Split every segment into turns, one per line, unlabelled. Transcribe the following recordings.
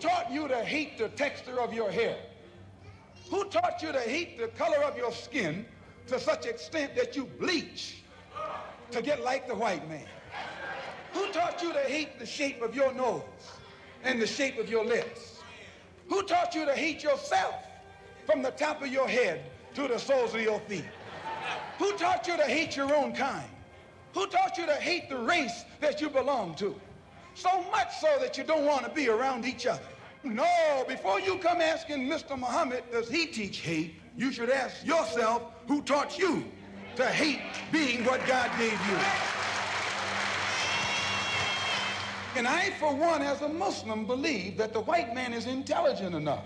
taught you to hate the texture of your hair? Who taught you to hate the color of your skin to such extent that you bleach to get like the white man? Who taught you to hate the shape of your nose and the shape of your lips? Who taught you to hate yourself from the top of your head to the soles of your feet? Who taught you to hate your own kind? Who taught you to hate the race that you belong to? So much so that you don't want to be around each other. No, before you come asking Mr. Muhammad, does he teach hate? You should ask yourself, who taught you to hate being what God gave you? And I, for one, as a Muslim, believe that the white man is intelligent enough.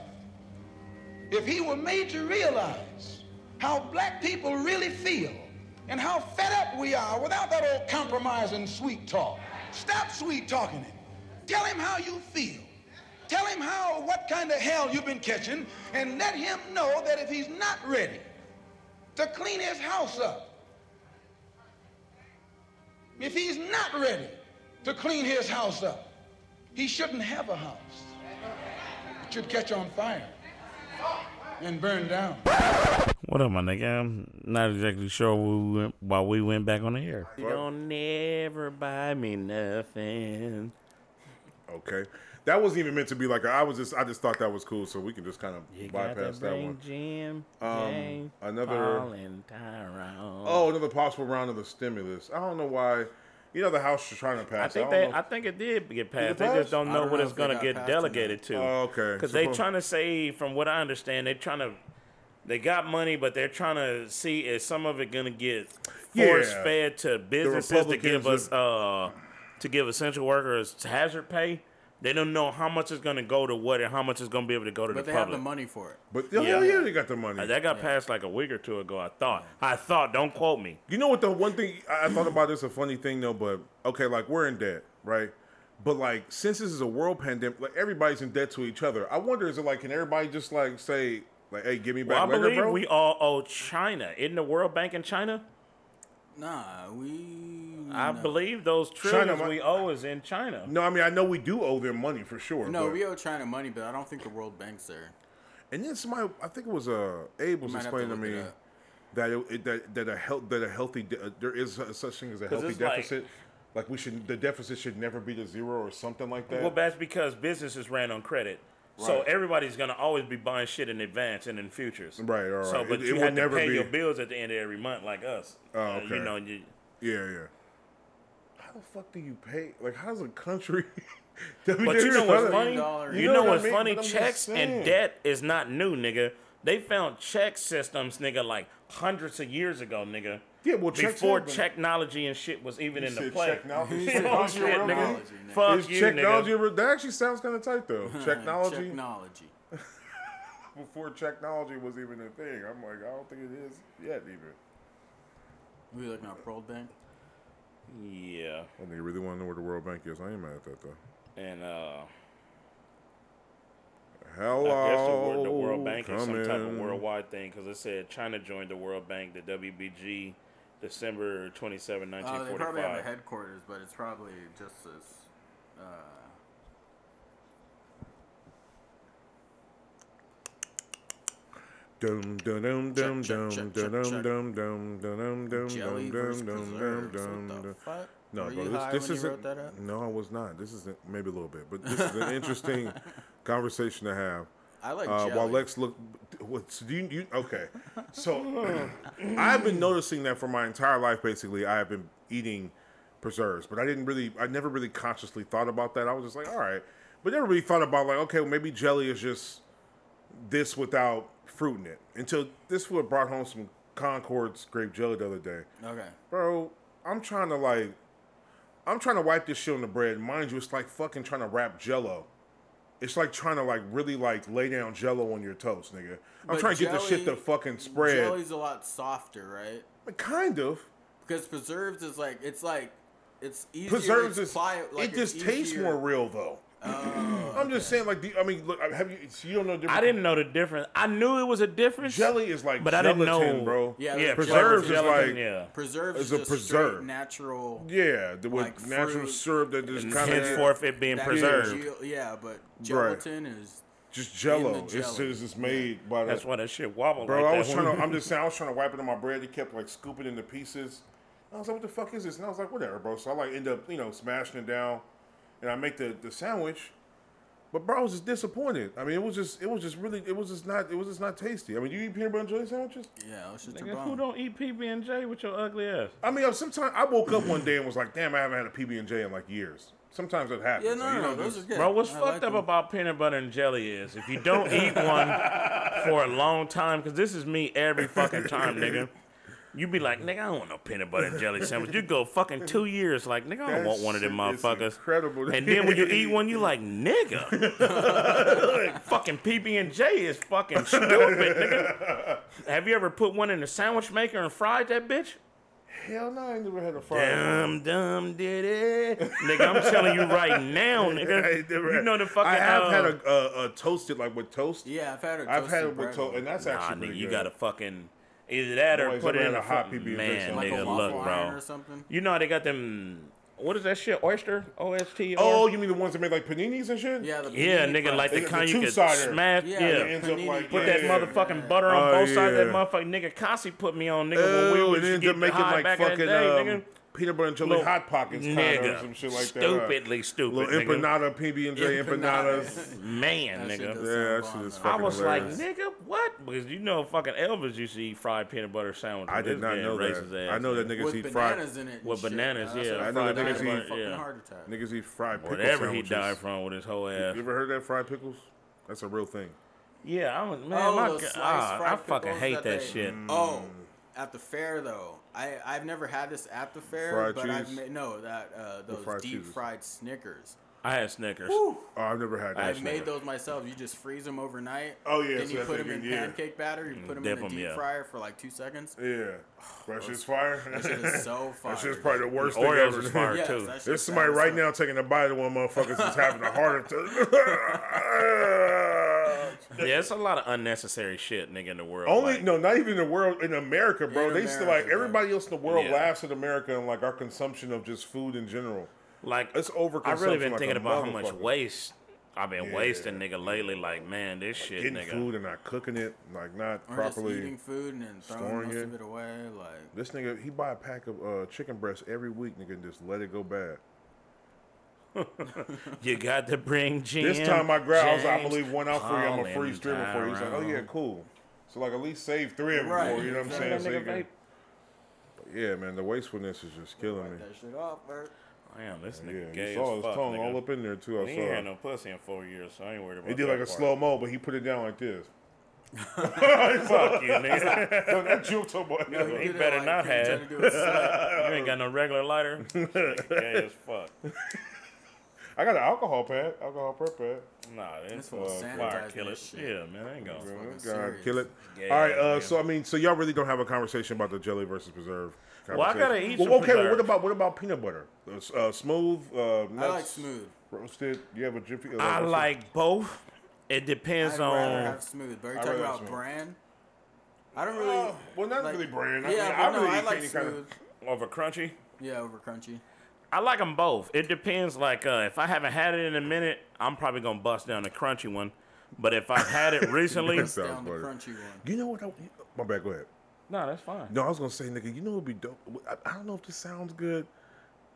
If he were made to realize how black people really feel and how fed up we are without that old compromising sweet talk. Stop sweet talking him. Tell him how you feel. Tell him how what kind of hell you've been catching and let him know that if he's not ready to clean his house up, if he's not ready to clean his house up, he shouldn't have a house. It should catch on fire and burn down.
What up, my nigga? I'm not exactly sure we went, why we went back on the air.
You don't never buy me nothing.
Okay. That wasn't even meant to be like a- I was just I just thought that was cool, so we can just kind of
You got
bypass
to
that
bring
one.
Jim,
Um,
Jay,
another-
Paul, and Tyrone.
Oh, another possible round of the stimulus. I don't know why. You know the House is trying to
I
pass. it.
think
don't
they,
know.
I think it did get passed.
it
They
pass?
just don't
I
know
don't
what
know
it's
if they
gonna
got
get
passed or not.
delegated to.
Oh, okay.
Because they
Suppo-
trying to say, from what I understand, they're trying to, they got money, but they're trying to see is some of it gonna get
Yeah.
force fed to businesses to give
Republicans
us uh to give essential workers hazard pay. They don't know how much is gonna go to what and how much is gonna be able to go to
But
the
they
public.
have the money for it.
But yeah,
Yeah.
hell yeah, they got the money.
Uh, That got passed like a week or two ago. I thought. I thought. Don't quote me.
You know what? The one thing I I thought about this a funny thing though, but okay, like we're in debt, right? But like since this is a world pandemic, like everybody's in debt to each other. I wonder is it like can everybody just like say like, hey, give me
Well, I
back later,
believe
bro?
we all owe China. Isn't the World Bank in China?
Nah, we.
I
no.
believe those trillions
my-
we owe is in China.
no, I mean I know we do owe them money for sure.
No,
but-
we owe China money, but I don't think the World Bank's there.
And then somebody, I think it was uh, Abe was
might have to
explaining to
look it
me
up.
that it, it- that that a health that a healthy de- uh, there is a, such thing as a healthy
it's like-
deficit. Like, we should the deficit should never be to zero or something like that.
Well, that's because businesses ran on credit. So
Right.
everybody's gonna always be buying shit in advance and in futures.
Right, all
So,
right.
but
It- it
you
would
have to
never
pay
be-
your bills at the end of every month, like us.
Oh,
Uh,
okay.
you know, you,
yeah, yeah. How the fuck do you pay? Like, how's a country? but
But you know what's funny?
dollar-
You,
You know
know,
what I
what's
mean?
funny?
But I'm just
Checks
saying.
and debt is not new, nigga. They found check systems, nigga, like hundreds of years ago, nigga.
Yeah, well, checks
before
have been-
technology and shit was even in the play. Oh, shit,
Technology,
nigga.
nigga.
Fuck
Is
you,
technology
nigga.
ever- that actually sounds kind of tight though. Technology
Technology.
before technology was even a thing. I'm like, I don't think it is yet even.
We looking at World Bank.
Yeah,
I think you really want to know where the World Bank is. I ain't mad at that though.
and uh,
Hello.
I guess the, wor- the World Bank is some type of
coming.
worldwide thing because it said China joined the World Bank, the WBG, December 27,
Uh, they probably have a
1945.
headquarters, but it's probably just as. Uh,
Dum dum dum dum
Check,
dum dum
check, check, check,
dum
check.
dum dum dum dum dum
jelly versus
dum dum
preserves.
dum
what the
dum.
fuck?
No,
Were
bro,
you
this,
high
this
when you
isn't.
wrote that up?
No, I was not. This isn't. Maybe a little bit, but this is an interesting conversation to have.
I like
Uh,
jelly.
while Lex look, what's do you, you? Okay, so I've been noticing that for my entire life. Basically, I have been eating preserves, but I didn't really, I never really consciously thought about that. I was just like, all right, but never really thought about like, okay, well, maybe jelly is just this without fruit in it. Until this would brought home some Concord's grape jelly the other day
okay.
bro, I'm trying to like, I'm trying to wipe this shit on the bread. Mind you, it's like fucking trying to wrap Jello. It's like trying to like really like lay down Jello on your toast, nigga. I'm
But
trying to get this shit to
jelly-
fucking spread.
Jelly's a lot softer, right?
Kind of.
Because preserves is like it's like it's easier.
Preserves
it's
is.
pliable, like
it
it's
just tastes
easier- Oh,
more real though. I'm just saying, like, do you, I mean, look, have you? so you don't know. the Difference.
I didn't know the difference. I knew it was a difference.
Jelly is like
but
gelatin,
I didn't know,
bro.
Yeah,
yeah,
like
preserves is
gelatin.
like
Like-
yeah.
Preserves
It's
is
a
a
preserve.
preserve. natural.
Yeah, the, with
Like
natural
fruit
syrup that just
And
kind of
henceforth, it being
that
preserved.
gel- yeah, but gelatin is.
just jello.
in the
It's
jelly.
it's just made by the.
That's why that shit wobbled.
bro.
like
I was
that.
trying to. I'm just saying. I was trying to wipe it on my bread. It kept like scooping into pieces. And I was like, "What the fuck is this?" And I was like, "Whatever, bro." So I like end up, you know, smashing it down, and I make the the sandwich. But bro, I was just disappointed. I mean, it was just, it was just really, it was just not, it was just not tasty. I mean, do you eat peanut butter and jelly sandwiches?
Yeah, it's just your
Nigga, who
bone.
don't eat PB and J with your ugly ass?
I mean, sometimes I woke up one day and was like, "Damn, I haven't had a PB and J in like years." Sometimes that happens.
Yeah,
So,
no,
you
no,
know,
no, those
this-
are good.
Bro, what's
I
fucked
like
up
them.
about peanut butter and jelly is if you don't eat one for a long time, because this is me every fucking time, nigga. You be like, nigga, I don't want no peanut butter and jelly sandwich. You go fucking two years, like, nigga, I don't
That
want one of them
shit is
motherfuckers.
incredible.
And then when you eat one, you like, nigga, fucking PB and J is fucking stupid, nigga. Have you ever put one in a sandwich maker and fried that bitch?
Hell no, I ain't never had a fried.
Dumb, dumb, did it, nigga. I'm telling you right now,
I
nigga.
ain't never
You
had-
know the fucking.
I have
uh,
had a, a, a toasted like with toast.
Yeah, I've had it.
I've had
toasted
it with
bread
toast, and
one.
that's
Nah,
actually
nigga,
pretty
you
good.
gotta fucking either that or
Always
put it
had
in
a
a
hot
hot
PB and J
Man,
sandwich.
like
nigga,
a waffle
look,
iron
bro.
or something.
You know how they got them? What is that shit? Oyster? O S T O R?
Oh, you mean the ones that make like paninis and shit?
Yeah, the
yeah,
panini
nigga, like
fries.
the
They got
kind
the
you could
two-sider.
smash.
Yeah,
Yeah,
the
It ends up
Panini
like
put
yeah,
that
yeah.
motherfucking butter on
Oh,
both sides. of
yeah.
That motherfucking nigga Cassie put me on, nigga. when we
Oh,
was
and ended up making like fucking um, peanut butter and jelly
Little
hot pockets, kind
nigga,
of some shit like that. right?
stupidly stupid,
Little
nigga.
empanada, PB and J empanadas.
man,
That shit
nigga.
does
Yeah, that
sound
shit
bomb,
is
though.
fucking
I was
hilarious.
like, nigga, what? Because you know, fucking Elvis used to eat fried peanut butter sandwiches.
I did
This
not
man
know
racist
that.
ass,
I know that
nigga.
niggas
with
eat fried.
bananas in it. and
With
shit.
bananas,
That's
yeah.
what
I
know
fried
that
peanut
niggas
butter
eat-
fucking
yeah.
heart attack.
Niggas eat fried pickles.
Whatever
sandwiches.
he died from with his whole ass.
You ever heard that fried pickles? That's a real thing.
Yeah, I'm man,
Oh,
my
those
g-
sliced
ah, I
fried
fucking
pickles
hate
that
that,
they-
shit.
Mm.
Oh, at the fair though, I I've never had this at the fair,
Fried
but I've
cheese?
made no that uh, those
fried
deep
cheeses.
fried Snickers.
I had Snickers.
Oh, I've never had that.
I've
shit.
made those myself. You just freeze them overnight.
Oh, yeah,
Then
so
you
that
put
thing
them in
can- yeah.
pancake batter. You put them
Mm, dip
in a
'em,
deep
yeah.
fryer for like two seconds.
Yeah. That shit's fire.
That shit is so fire.
That's just probably the worst thing
Oreos
ever.
is fire.
Yes,
too.
that shit
There's somebody
sounds
right
so-
now taking a bite of one motherfuckers that's having a heart attack.
Yeah, it's a lot of unnecessary shit, nigga, in the world.
Only
like-
no, not even in the world in America, bro.
In
they still like
America, bro.
everybody else in the world
Yeah.
laughs at America and like our consumption of just food in general.
Like
It's overconsumption
I've really been
like a
thinking about how much
motherfucker.
waste I've been wasting, nigga, lately. Like, man, this shit,
Getting
nigga.
food and not cooking it, like not
Or just
properly.
eating food and then
storing
throwing most of
it.
it away. Like
This nigga, he buy a pack of uh, chicken breasts every week, nigga, and just let it go bad.
You got to bring Jim.
This time I grabbed, I was like, I'm
James,
gonna leave one out for you. I'm gonna
Colin,
freeze three of them for you. He's like, oh yeah,
Tyrone.
cool. So like at least save three of them
Right,
for you. You know what I'm
exactly.
saying? So you
Nigga,
can,
vape.
yeah, man, the wastefulness is just killing me.
that shit off, bro.
Damn, this
Yeah,
nigga
you
gay
saw
as
his
fuck,
tongue all
nigga.
up in there too. I
He
saw.
ain't had
it.
no pussy in four years, so I ain't worried about
he did
that
like a
part.
slow mo, but he put it down like this.
Fuck you, nigga.
No, that juked so much.
He
Did it,
better not
he was
have.
trying to do it slow.
you ain't got no regular lighter. This nigga gay as fuck.
I got an alcohol pad, alcohol prep pad.
Nah, this
This one
was
sanitized
fire
that
killer.
shit.
Yeah, man, I ain't gonna.
Fucking
God,
serious.
kill it.
Yeah,
All right, uh,
man.
so I mean, so y'all really don't have a conversation about the jelly versus preserve.
Well, I gotta
conversation.
eat some
Well, okay, well, what
preserve.
about what about peanut butter? Uh, s- Uh, smooth. Uh, nuts,
I like smooth.
roasted. You have a jiffy. uh,
I
what's it-
like both. It depends
I'd rather
on.
have smooth. But are you
I'd
talking
rather have
about
smooth.
brand? I don't really.
Uh, well, not
Oh, like-
really brand. I mean,
Yeah,
I
but no,
really
I
eat
like
any kind of-
smooth.
Over crunchy?
Yeah, over crunchy.
I like them both. It depends. Like uh, if I haven't had it in a minute, I'm probably gonna bust down the crunchy one. But if I've had it recently,
Yes. Sounds
Down the
better.
crunchy one.
You know what? I, my bad. Go ahead.
no, that's fine.
No, I was gonna say, nigga, you know what'd be dope? I, I don't know if this sounds good.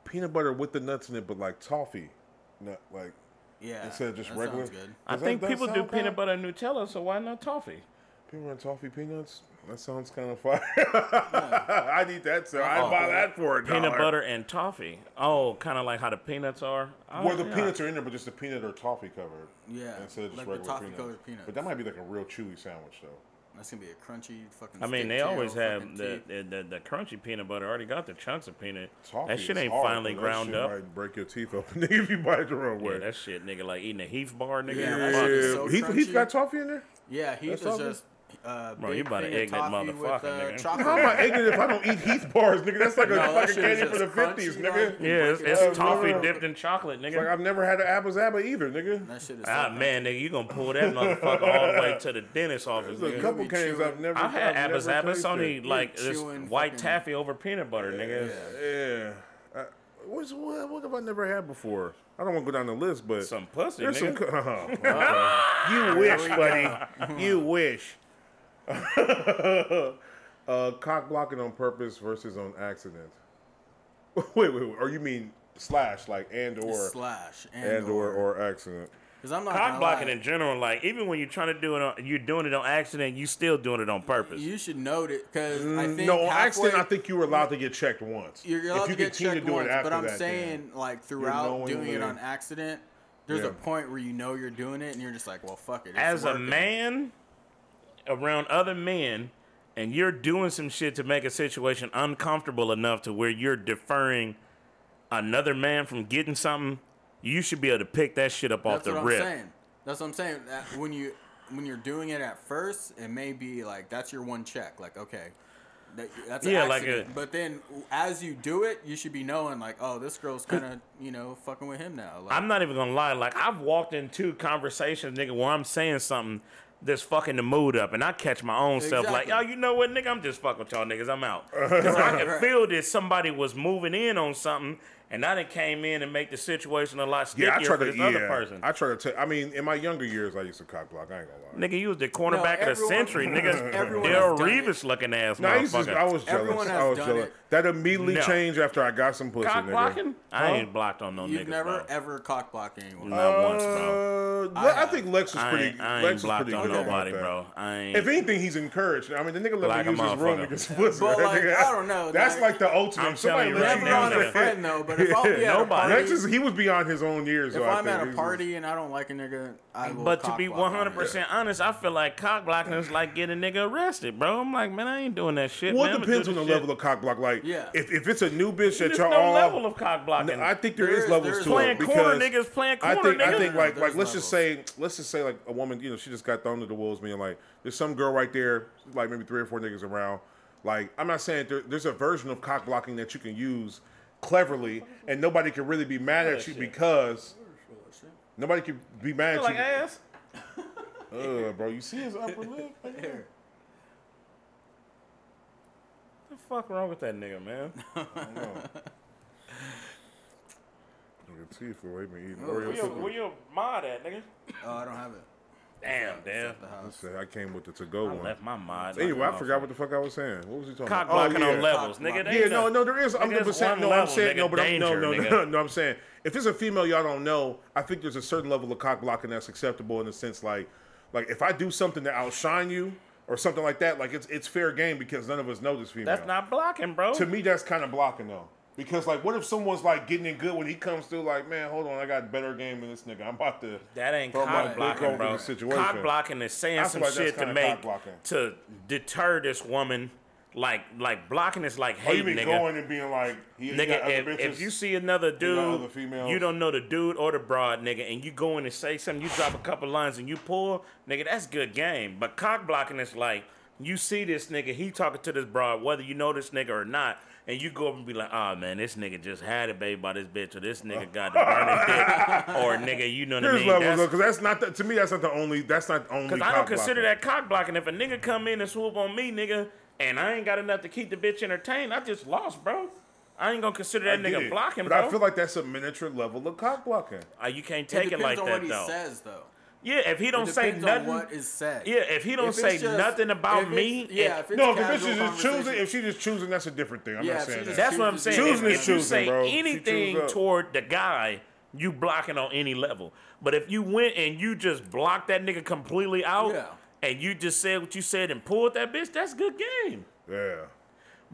Peanut butter with the nuts in it, but like toffee, not like
Yeah.
instead of just
Ah, that
regular.
Sounds good.
I
Does that-
think
that
people do
sound
peanut
bad?
butter and Nutella, so why not toffee?
Peanut butter and toffee peanuts. That sounds kind of fire. I need that. So
Oh.
I would buy that for a
Peanut
dollar.
butter and toffee. Oh, kind of like how the peanuts are. Oh,
Where the
yeah.
peanuts are in there, but just the peanut or toffee covered.
Yeah,
Instead of just
like the
regular
toffee
peanuts.
colored peanuts.
But that might be like a real chewy sandwich though.
That's gonna be a crunchy fucking.
I mean,
stick
they
tail
always have
fucking
the
teeth.
the, the the crunchy peanut butter. Already got the chunks of peanut.
Toffee.
that shit
is
ain't
hard,
finally
but
ground
that shit
up.
Might break your teeth open nigga, if you bite it the wrong
Yeah,
way.
that shit, nigga, like eating a Heath bar, nigga.
Yeah,
You're
that
fucked.
shit is so
he, has
crunchy.
got toffee in there.
Yeah, he
That's
is
all good.
just uh,
Bro,
big
you about to
thing of
egg that
toffee
motherfucker,
with, uh,
nigga.
chocolate.
How am I ignorant if I don't eat Heath bars, nigga? That's like a
No, that
fucking
shit is
candy for the
just
fifties,
crunchy,
nigga.
like-
Yeah, it's,
Like
it's
it's-
toffee
Uh,
dipped in chocolate, nigga.
Like I've never had an apple zappa either, nigga.
That shit is.
Ah
so
man, nigga, you gonna pull that motherfucker all the way to the dentist office.
There's a
Nigga.
couple
be
canes I've
chewing.
never.
I had
I've
apple
never
zappa. It's
tasted.
only like
You
this
chewing
white
fucking-
taffy over peanut butter, nigga.
Yeah. I, what's, what, what have I never had before? I don't want to go down the list, but
Some pussy,
there's some.
nigga.
co- Oh, okay. you wish, buddy. You wish. uh, cock blocking on purpose versus on accident. Wait, wait, wait. Or you mean slash, like and or
slash and,
and or or accident?
Because I'm not
Cock
gonna
blocking
lie,
in general, like even when you're trying to do it, on, you're doing it on accident. You still doing it on purpose.
You should note it because I think
Mm, No, on
halfway,
accident. I think you were allowed to get checked once.
you're allowed
if you
to get
continue
checked
doing
once,
it after
but I'm
that, then-
saying like throughout doing
knowingly-
it on accident, there's
Yeah.
a point where you know you're doing it and you're just like, well, fuck it. it's
As a
working.
man around other men, and you're doing some shit to make a situation uncomfortable enough to where you're deferring another man from getting something, you should be able to pick that shit up off
that's
the
what
rip.
I'm saying. That's what I'm saying. That when you when you're doing it at first, it may be like that's your one check. Like okay. That, that's an
Yeah, like uh,
accident.
a-
but then as you do it, you should be knowing like, oh, this girl's kind of you know fucking with him now. Like,
I'm not even gonna lie. Like I've walked into conversations, nigga, where I'm saying something that's fucking the mood up, and I catch my own self like,
Exactly.
yo, you know what, nigga, I'm just fucking with y'all niggas. I'm out. 'Cause I could
right.
feel that somebody was moving in on something, and I done came in and make the situation a lot stickier
Yeah, I try
for
to.
this
Yeah,
other person.
I try to. T- I mean, in my younger years, I used to cock block. I ain't gonna lie.
Nigga, you was the cornerback
No,
of the
everyone-
century, nigga.
everyone
Daryl
has done it.
Reeves looking ass
No, I, used
motherfucker.
to, I was jealous.
Everyone
I
has
was
done
jealous.
it.
That immediately
No.
changed after I got some pussy.
cock
nigga.
blocking? I
Huh?
ain't blocked on no
You've
niggas.
never
bro.
ever cock blocked anyone.
Not once, bro.
Uh, Le-
I
I, think Lex was
I
pretty.
ain't, I ain't
Lex was
blocked
pretty
on
good about
nobody,
that.
bro. I ain't.
If anything, he's encouraged. I mean, the nigga let
Like a
me use his room
motherfucker.
to get some pussy.
But,
That
like,
nigga-
I don't know,
That's
like-
like the ultimate.
I'm
Somebody
telling you
let
right
Never
you
now,
on
use
a
nigga.
it.
friend though, but if I'll be at a
Nobody.
party,
Lex is he was beyond his own years.
if
though, I
I'm at
think.
a
He was-
party and I don't like a nigga, I will
But to
cock
be
block him.
100 percent honest, I feel like cock blocking is like getting a nigga arrested, bro. I'm like, man, I ain't doing that shit.
Well,
man.
it
I'ma
depends
do
on the
this
level
shit.
of cock block. Like,
Yeah.
if if it's a new bitch that
There's
y'all
no
all
level of cock blocking.
I think there
There
is
is-
levels
there is
to
Playing
it.
corner
because
niggas, playing
I
corner
think, I
niggas.
think like like
There's
let's just
levels.
say let's just say like a woman you know she just got thrown to the wolves man like there's some girl right there like maybe three or four niggas around like I'm not saying there, there's a version of cock blocking that you can use cleverly and nobody can really be mad at you because nobody can be mad
Like
at
ass.
you. Ugh, bro, you see his upper lip?
What the fuck wrong with that nigga, man?
Your teeth away me eating
Where
Oreo.
your,
cookies.
where your mod at, nigga?
Oh, I don't have it.
Damn, damn.
Say, I came with the to go
I
one.
left my mod.
Anyway, I forgot what the fuck I was saying. What was he talking
cock
about? Oh,
blocking on levels, nigga. There
Yeah,
ain't
no,
nothing.
no, there is. I'm
Nigga,
just
it's
saying,
one
no, I'm
level,
saying, no,
nigga,
but I'm, no,
danger,
no, no,
nigga.
no, I'm saying, if it's a female, y'all don't know. I think there's a certain level of cock blocking that's acceptable in the sense, like, like if I do something to outshine you or something like that, like it's it's fair game because none of us know this female.
That's not blocking, bro.
To me, that's kind of blocking though, because like, what if someone's like getting in good when he comes through, like, man, hold on, I got better game than this nigga. I'm about to.
That ain't
throw my
cock
dick
blocking,
over
bro.
the situation.
Cock blocking is
I
saying
feel
some
like that's
shit to
kinda
make
cock-blocking.
to deter this woman. Like, like blocking is like
Oh, you
hate,
mean
nigga.
going and being like, he he got
Nigga,
other
if,
bitches?
if you see another
got
dude,
other females.
you don't know the dude or the broad, nigga, and you go in and say something, you drop a couple lines and you pull, nigga, that's good game. But cock blocking is like, you see this nigga, he talking to this broad, whether you know this nigga or not, and you go up and be like, oh man, this nigga just had it, baby, by this bitch, or this nigga got the burning dick, or nigga, you know what I
There's
mean?
levels
That's-
though, because that's not the, to me. That's not the only. That's not the only.
Cause I
cock
don't consider
blocking.
that cock blocking. If a nigga come in and swoop on me, nigga, and I ain't got enough to keep the bitch entertained, I just lost, bro. I ain't gonna consider that
I get
nigga
it,
blocking,
but
bro.
I feel like that's a miniature level of cock blocking.
Uh, you can't
It
take it,
depends
like
on
that
what
though.
he says though.
Yeah, if he
It
don't say
depends on
nothing,
what is said.
yeah, if he don't
If it's
say
just-
nothing about
if it's-
me,
yeah.
it-
If it's
No, if the
casual
bitch is just choosing,
conversation-
if she's just choosing, that's a different thing. I'm
Yeah,
not
if
saying
she
that.
just-
that's what I'm saying.
Choosing
if
is
if you
choosing,
say
bro. She
anything
choose up.
toward the guy, you blocking on any level. But if you went and you just blocked that nigga completely out,
Yeah.
and you just said what you said and pulled that bitch, that's good game.
yeah.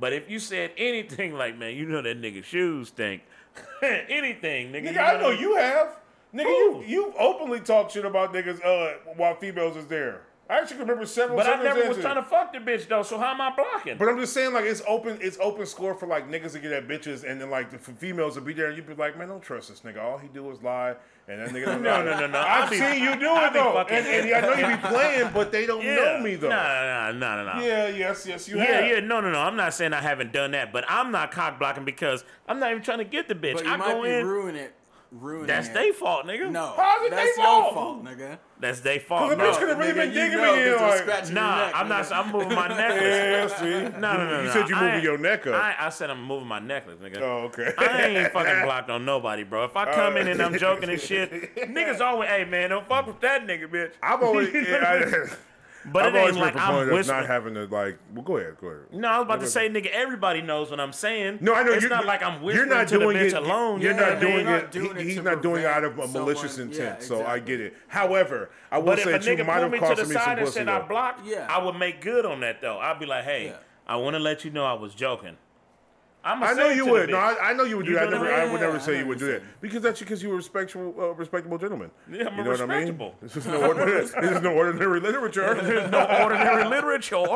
But if you said anything like, man, you know that nigga shoes stink. anything, nigga.
Nigga, I know you have. Nigga, you
Who?
you openly talk shit about niggas uh, while females is there. I actually remember several.
But I never was
circumstances.
trying to fuck the bitch though. So how am I blocking?
But I'm just saying, like it's open, it's open score for like niggas to get at bitches, and then like the f- females will be there, and you'd be like, man, don't trust this nigga. All he do is lie, and that nigga. Don't
No,
lie.
no, no, no.
I've
I be-
seen you do
I
it
be
though,
fucking-
and, and I know you be playing, but they don't know me though.
Nah, nah, nah, nah, nah.
Yeah, yes, yes, you
Yeah,
have.
yeah, no, no, no. I'm not saying I haven't done that, but I'm not cock blocking because I'm not even trying to get the bitch.
But you
I
might
go
be
in.
ruining it. Ruining
That's
it.
they fault, nigga.
No,
How's it
that's
they
your
fault?
fault, nigga.
that's they fault.
Cause the bitch
No.
could've really
Nigga,
been
you
digging
know
me in,
that they're
like-
scratching your
Nah,
neck,
I'm
nigga.
not. I'm moving my
Yeah,
necklace.
see,
No, no, no.
You
no.
said you
I
moving
ain't-
your neck up.
I, I said I'm moving my necklace, nigga.
Oh, okay. Oh.
I ain't fucking blocked on nobody, bro. If I come in and I'm joking and shit, niggas always, hey man, don't fuck with that nigga, bitch.
I've always, yeah, I,
But
I've
it
always
ain't
been
like
a
I'm
proponent of not
whispering.
having to like. Well, go ahead, go ahead.
No, I was about to say, nigga, everybody knows what I'm saying.
No, I know
It's
you're
not like I'm
you're
whispering
not
to the
doing
bitch
it,
alone.
You're
you know
not
what I mean?
doing
You're not
it.
doing
he-
it
he's
to
not doing it out of a
prevent
malicious
someone-
intent.
yeah,
So I
exactly.
get it. However, I will
But if a
say that you
nigga
might
pulled
have
me to
cost
the
me some
side and
pussy.
said I
though.
blocked,
Yeah.
I would make good on that though. I'd be like, hey,
Yeah.
I want to let you know I was joking. I'm
I know you would. No, I, I know you would do
You
that. I,
gonna-
never, I would
Yeah,
never
I
say
know
you would
what
do
you're
that because that's because you were a respectable, uh, respectable gentleman.
Yeah, I'm a
you know
respectable.
What I mean? This is no ordinary. this is no ordinary literature.
no ordinary literature.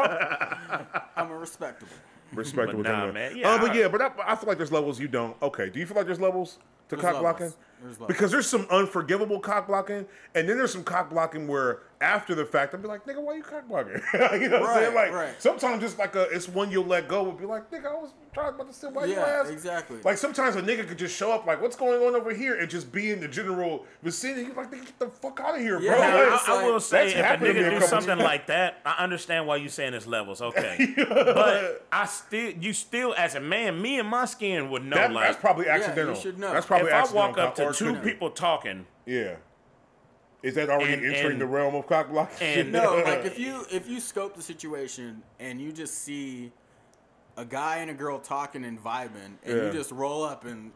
I'm a respectable.
respectable
But nah,
gentleman.
man.
Uh,
Yeah,
but
I-
yeah, but I, I feel like there's levels you don't. Okay, do you feel like there's levels to cock
levels.
blocking?
There's levels.
Because there's some unforgivable cock blocking, and then there's some cock blocking where after the fact, I'd be like, nigga, why you cock blocking? you know what I'm saying?
Right,
Like
right.
sometimes it's like a, it's one you'll let go. Would be like, nigga, I was talking about to say why you
Yeah,
asked.
exactly.
Like sometimes a nigga could just show up, like, what's going on over here, and just be in the general vicinity. You're like, nigga, get the fuck out of here,
Yeah,
bro.
nah,
Like,
I,
It's
I
like-
will say,
That's
if a
happened to me a
nigga do
couple
something
times.
like that, I understand why you saying it's levels, okay? but I still, you still, as a man, me and my skin would know.
that-
like,
that's probably
you
accidental.
should know.
That's probably
if I
accidental.
walk up to
cock- or
two
could be.
people talking,
Yeah. Is that already
And-
entering
and-
the realm of cock blocking?
and-
No, like if you if you scope the situation and you just see a guy and a girl talking and vibing, and
Yeah.
you just roll up and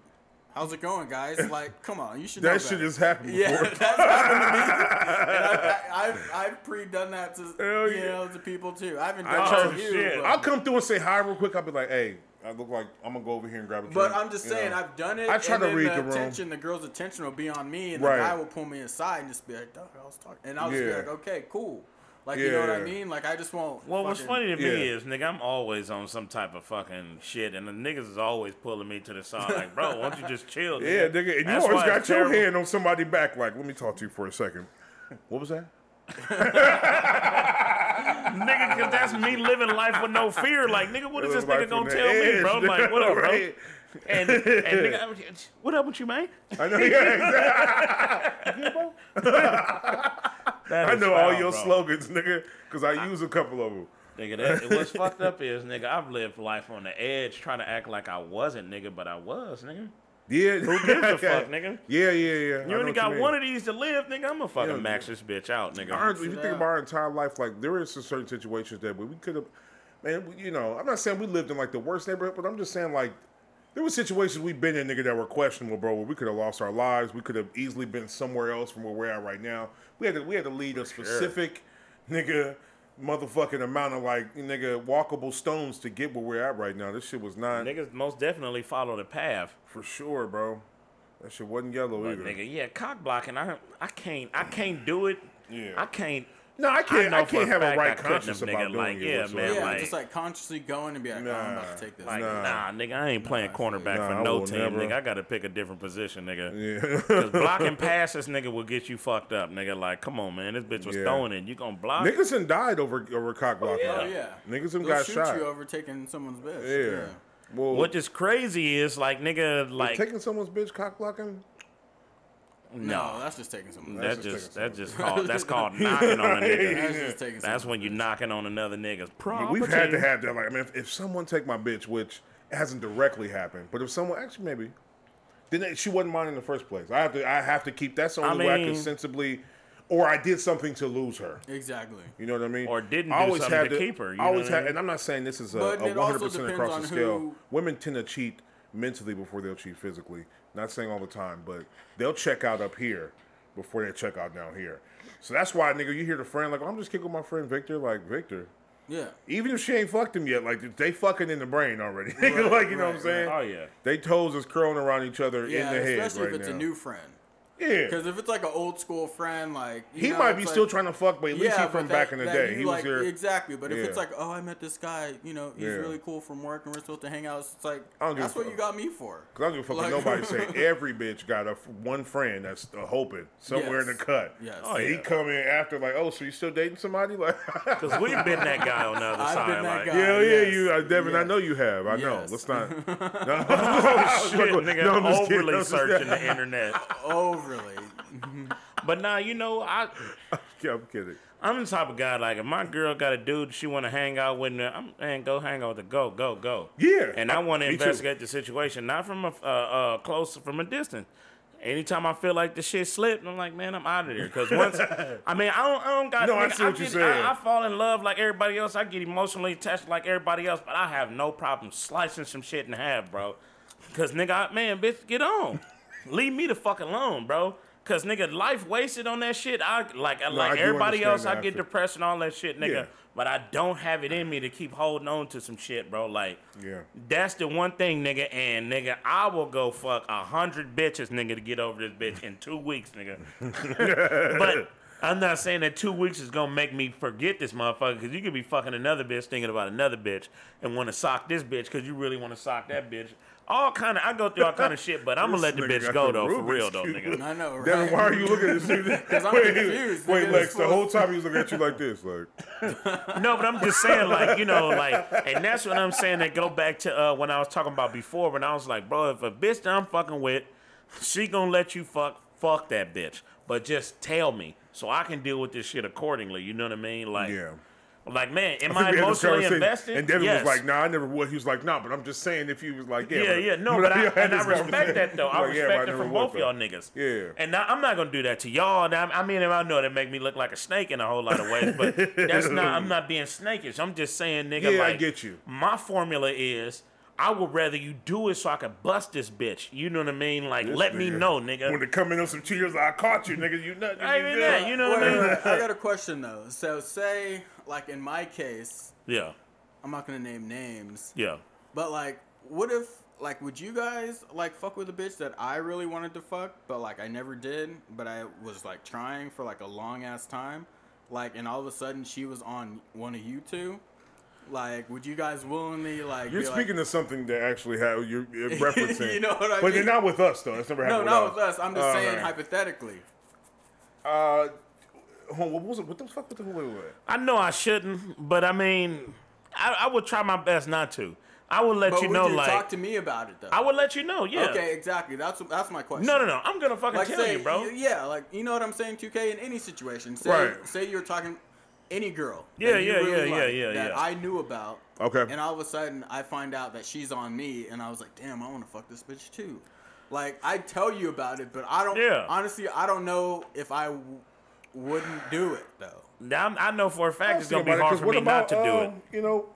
how's it going, guys? Like, come on, you should. know
that shit
better.
has happened
Yeah,
before.
that's happened to me. And I, I, I've I've pre done that to
Hell
you
yeah.
know to people too. I haven't done
I
it
told
to
you,
you.
shit.
But,
I'll come through and say hi real quick. I'll be like, hey, I look like I'm gonna go over here and grab a drink.
but I'm just
you know.
saying, I've done it.
I try
and
to
then
read
the,
the room.
attention. The girl's attention will be on me, and
Right.
the guy will pull me aside and just be like, "Dog, I was talking," and I'll just be
Yeah.
like, "Okay, cool." Like you know what
Yeah.
I mean? Like I just won't.
Well, what's
fucking-
funny to me
Yeah.
is, nigga, I'm always on some type of fucking shit, and the niggas is always pulling me to the side, like, bro, why don't you just chill?
Yeah, nigga, and you
That's
always
why
got
it's
your
terrible.
hand on somebody's back. Like, let me talk to you for a second. What was that?
nigga, because that's me living life with no fear. Like, nigga, what is this
Like
nigga gonna
from the
tell me,
edge,
bro? I'm like, what up, bro?
right?
And, and nigga, I'm- what up with you, man?
I know, yeah, exactly.
That
I
is
know all
foul,
your
bro.
slogans, nigga, because I use a couple of them.
Nigga, that, what's fucked up is, nigga, I've lived life on the edge, trying to act like I wasn't, nigga, but I was, nigga.
Yeah, who
gives a fuck, nigga?
Yeah, yeah, yeah. I
You
know
only
what
got
mean.
one of these to live, nigga. I'm gonna fucking
Yeah.
max this bitch out,
Our,
nigga.
if you
it
think
out.
about our entire life, like there is some certain situations that we could have, man. We, you know, I'm not saying we lived in like the worst neighborhood, but I'm just saying like there were situations we've been in, nigga, that were questionable, bro. Where we could have lost our lives, we could have easily been somewhere else from where we're at right now. We had to, we had to lead a specific, nigga, motherfucking amount of like nigga walkable stones to get where we're at right now. This shit was not
Niggas most definitely follow the path.
for sure, bro. That shit wasn't yellow
But
either.
nigga, yeah, cock blocking. I I can't I can't do it.
Yeah.
I can't.
No, I can't.
know
I,
for
can't
a
have a
fact I
right
couldn't have,
conscience
nigga,
about doing
like,
it.
yeah,
whatsoever.
Yeah,
like-
just like consciously going and be like, oh, I'm about to take this.
Like,
Nah.
nah, nigga, I ain't playing cornerback
Nah, I
for no
will
team,
never.
nigga. I gotta pick a different position, nigga.
Yeah.
Cause blocking passes, nigga, will get you fucked up, nigga. Like, come on, man, this bitch was
Yeah.
throwing it. You gonna block?
Niggas done died over over cock blocking.
Oh yeah.
Niggas done
They'll
got
shoot
shot.
you over taking someone's bitch.
yeah. Well,
What is crazy is like, nigga, like
taking someone's bitch cock blocking?
No,
no,
that's just taking someone's.
that
just
just
taking
that just called that's called knocking on a nigga.
That's just taking.
That's
someone's
when you knocking on another nigga's
But
property.
We've had to have that. Like, I mean, if, if someone take my bitch, which hasn't directly happened, but if someone actually maybe, then they- she wasn't mine in the first place. I have to I have to keep. That's the only way I
mean-
can sensibly, or I did something to lose her.
Exactly.
You know what I mean?
Or didn't
I
do
always
something
had
to keep her, you
I always
know what I
had,
mean?
and I'm not saying this is a,
But
a
it also
100 percent
depends
across the
on
scale.
who-
Women tend to cheat mentally before they'll cheat physically. Not saying all the time, but they'll check out up here before they check out down here. So that's why, nigga, you hear the friend like, "Oh, "I'm just kicking with my friend Victor." Like Victor,
Yeah.
even if she ain't fucked him yet, like they fucking in the brain already. Nigga,
Right,
like you know what I'm
right,
saying?
right. Oh, yeah.
They toes is curling around each other
Yeah,
in the head
especially
right
if it's
now.
a new friend.
Yeah.
Because if it's like an old school friend, like you
He
know,
might
it's
be
like-
still trying to fuck, but at least he
but
from
that-
back in the
that
day.
you
He was
like-
here.
exactly. But if it's
Yeah.
like, oh, I met this guy, you know, he's
Yeah.
really cool from work, and we're supposed to hang out. It's like
I don't give
that's
a
what
fuck.
you got me for.
Cause I don't give a fuck what
Like-
nobody say. Every bitch got a f- one friend that's uh, hoping somewhere in the
Yes.
cut.
Yes.
Oh,
Oh,
He
yeah.
come in after like, oh, so you still dating somebody? Like, hell
Because we've been that guy on the other
I've
side.
been that
like,
guy.
yeah,
yes.
you, uh, Devin. I
Yes.
know you have. I know.
Yes.
Let's not. No, oh,
Shit, nigga,
no, I'm just kidding.
overly
I'm just-
searching the internet.
Overly,
But nah, you know, I
Yeah, I'm kidding.
I'm the type of guy like if my girl got a dude she want to hang out with, I'm man, go hang out with her. Go, go, go.
Yeah,
And I want to
me too.
investigate the situation, not from a uh, uh, close, from a distance. Anytime I feel like the shit slipped, I'm like, man, I'm out of there. Because once, I mean, I don't, I don't got.
No, I
nigga,
see what you're
get-
saying.
I, I fall in love like everybody else. I get emotionally attached like everybody else, but I have no problem slicing some shit in half, bro. Because nigga, I, man, bitch, get on. Leave me the fuck alone, bro. Cause nigga, life wasted on that shit. I like, I
I
like
do
everybody
understand
else.
that.
I get depressed and all that shit, nigga.
Yeah.
But I don't have it in me to keep holding on to some shit, bro. Like,
Yeah.
that's the one thing, nigga. And nigga, I will go fuck a hundred bitches, nigga, to get over this bitch in two weeks, nigga. but I'm not saying that two weeks is gonna make me forget this motherfucker, because you could be fucking another bitch, thinking about another bitch, and want to sock this bitch because you really want to sock that bitch. All kind of, I go through all kind of shit, but I'm gonna
This
let the
nigga
bitch
got
go
the
though, for
Rubik's
real though,
Cube.
nigga.
I know, right?
Devin, why are you looking at this? Because
I'm confused,
Wait,
nigga.
Lex. The whole time he was looking at you like this, like.
No, but I'm just saying, like, you know, like, and that's what I'm saying. That go back to uh, when I was talking about before, when I was like, bro, if a bitch that I'm fucking with, she gonna let you fuck, fuck that bitch, but just tell me so I can deal with this shit accordingly. You know what I mean? Like,
Yeah.
like man, am I
I think we had this
emotionally
conversation,
invested?
And Devin
yes.
was like, "Nah, I never would." He was like, "Nah," but I'm just saying, if he was like, "Yeah,
Yeah, yeah, no, but I, and I respect that though. I
Like, yeah, but I
respect it
never
from
would,
both
though.
y'all niggas.
Yeah.
And now, I'm not gonna do that to y'all. And I, I mean, I know that make me look like a snake in a whole lot of ways, but that's not. I'm not being snakish. I'm just saying, nigga.
Yeah, I
like,
get you.
My formula is. I would rather you do it so I could bust this bitch. You know what I mean? Like, let me
nigga.
know, nigga.
When they come in on some cheaters, I caught you, nigga. You nothing.
I
you
mean
good."
that. You know what I
Wait,
mean?
wait, I got a question though. So say, like in my case,
Yeah,
I'm not gonna name names,
yeah.
but like, what if, like, would you guys like fuck with a bitch that I really wanted to fuck, but like I never did, but I was like trying for like a long ass time, like, and all of a sudden she was on one of you two, like, would you guys willingly like?
You're
be like-
speaking to something that actually how you're, you're referencing.
You know what I
But they're
mean?
not with us though. That's never
no,
happened.
not with us. I'm just
All
saying
right.
hypothetically.
Uh, hold on, what was it? What the fuck? What the wait, wait, wait.
I know I shouldn't, but I mean, I, I would try my best not to. I would let
But
you
would
know,
you
like,
talk to me about it though?
I would let you know. Yeah.
Okay, exactly. That's that's my question.
No, no, no. I'm gonna fucking
Like
tell
say,
you, bro.
y- Yeah, like you know what I'm saying. 2K in any situation. Say,
Right.
Say you're talking any girl.
Yeah,
that you
yeah,
really
yeah,
like,
yeah, yeah,
That
yeah.
I knew about.
Okay.
And all of a sudden, I find out that she's on me, and I was like, damn, I want to fuck this bitch too. Like I tell you about it, but I don't.
Yeah.
Honestly, I don't know if I w- wouldn't do it though.
Now, I'm- I know for a fact it's gonna
Think
be
about it,
hard
'cause
for
what
me not
about,
to do
uh,
it.
You know,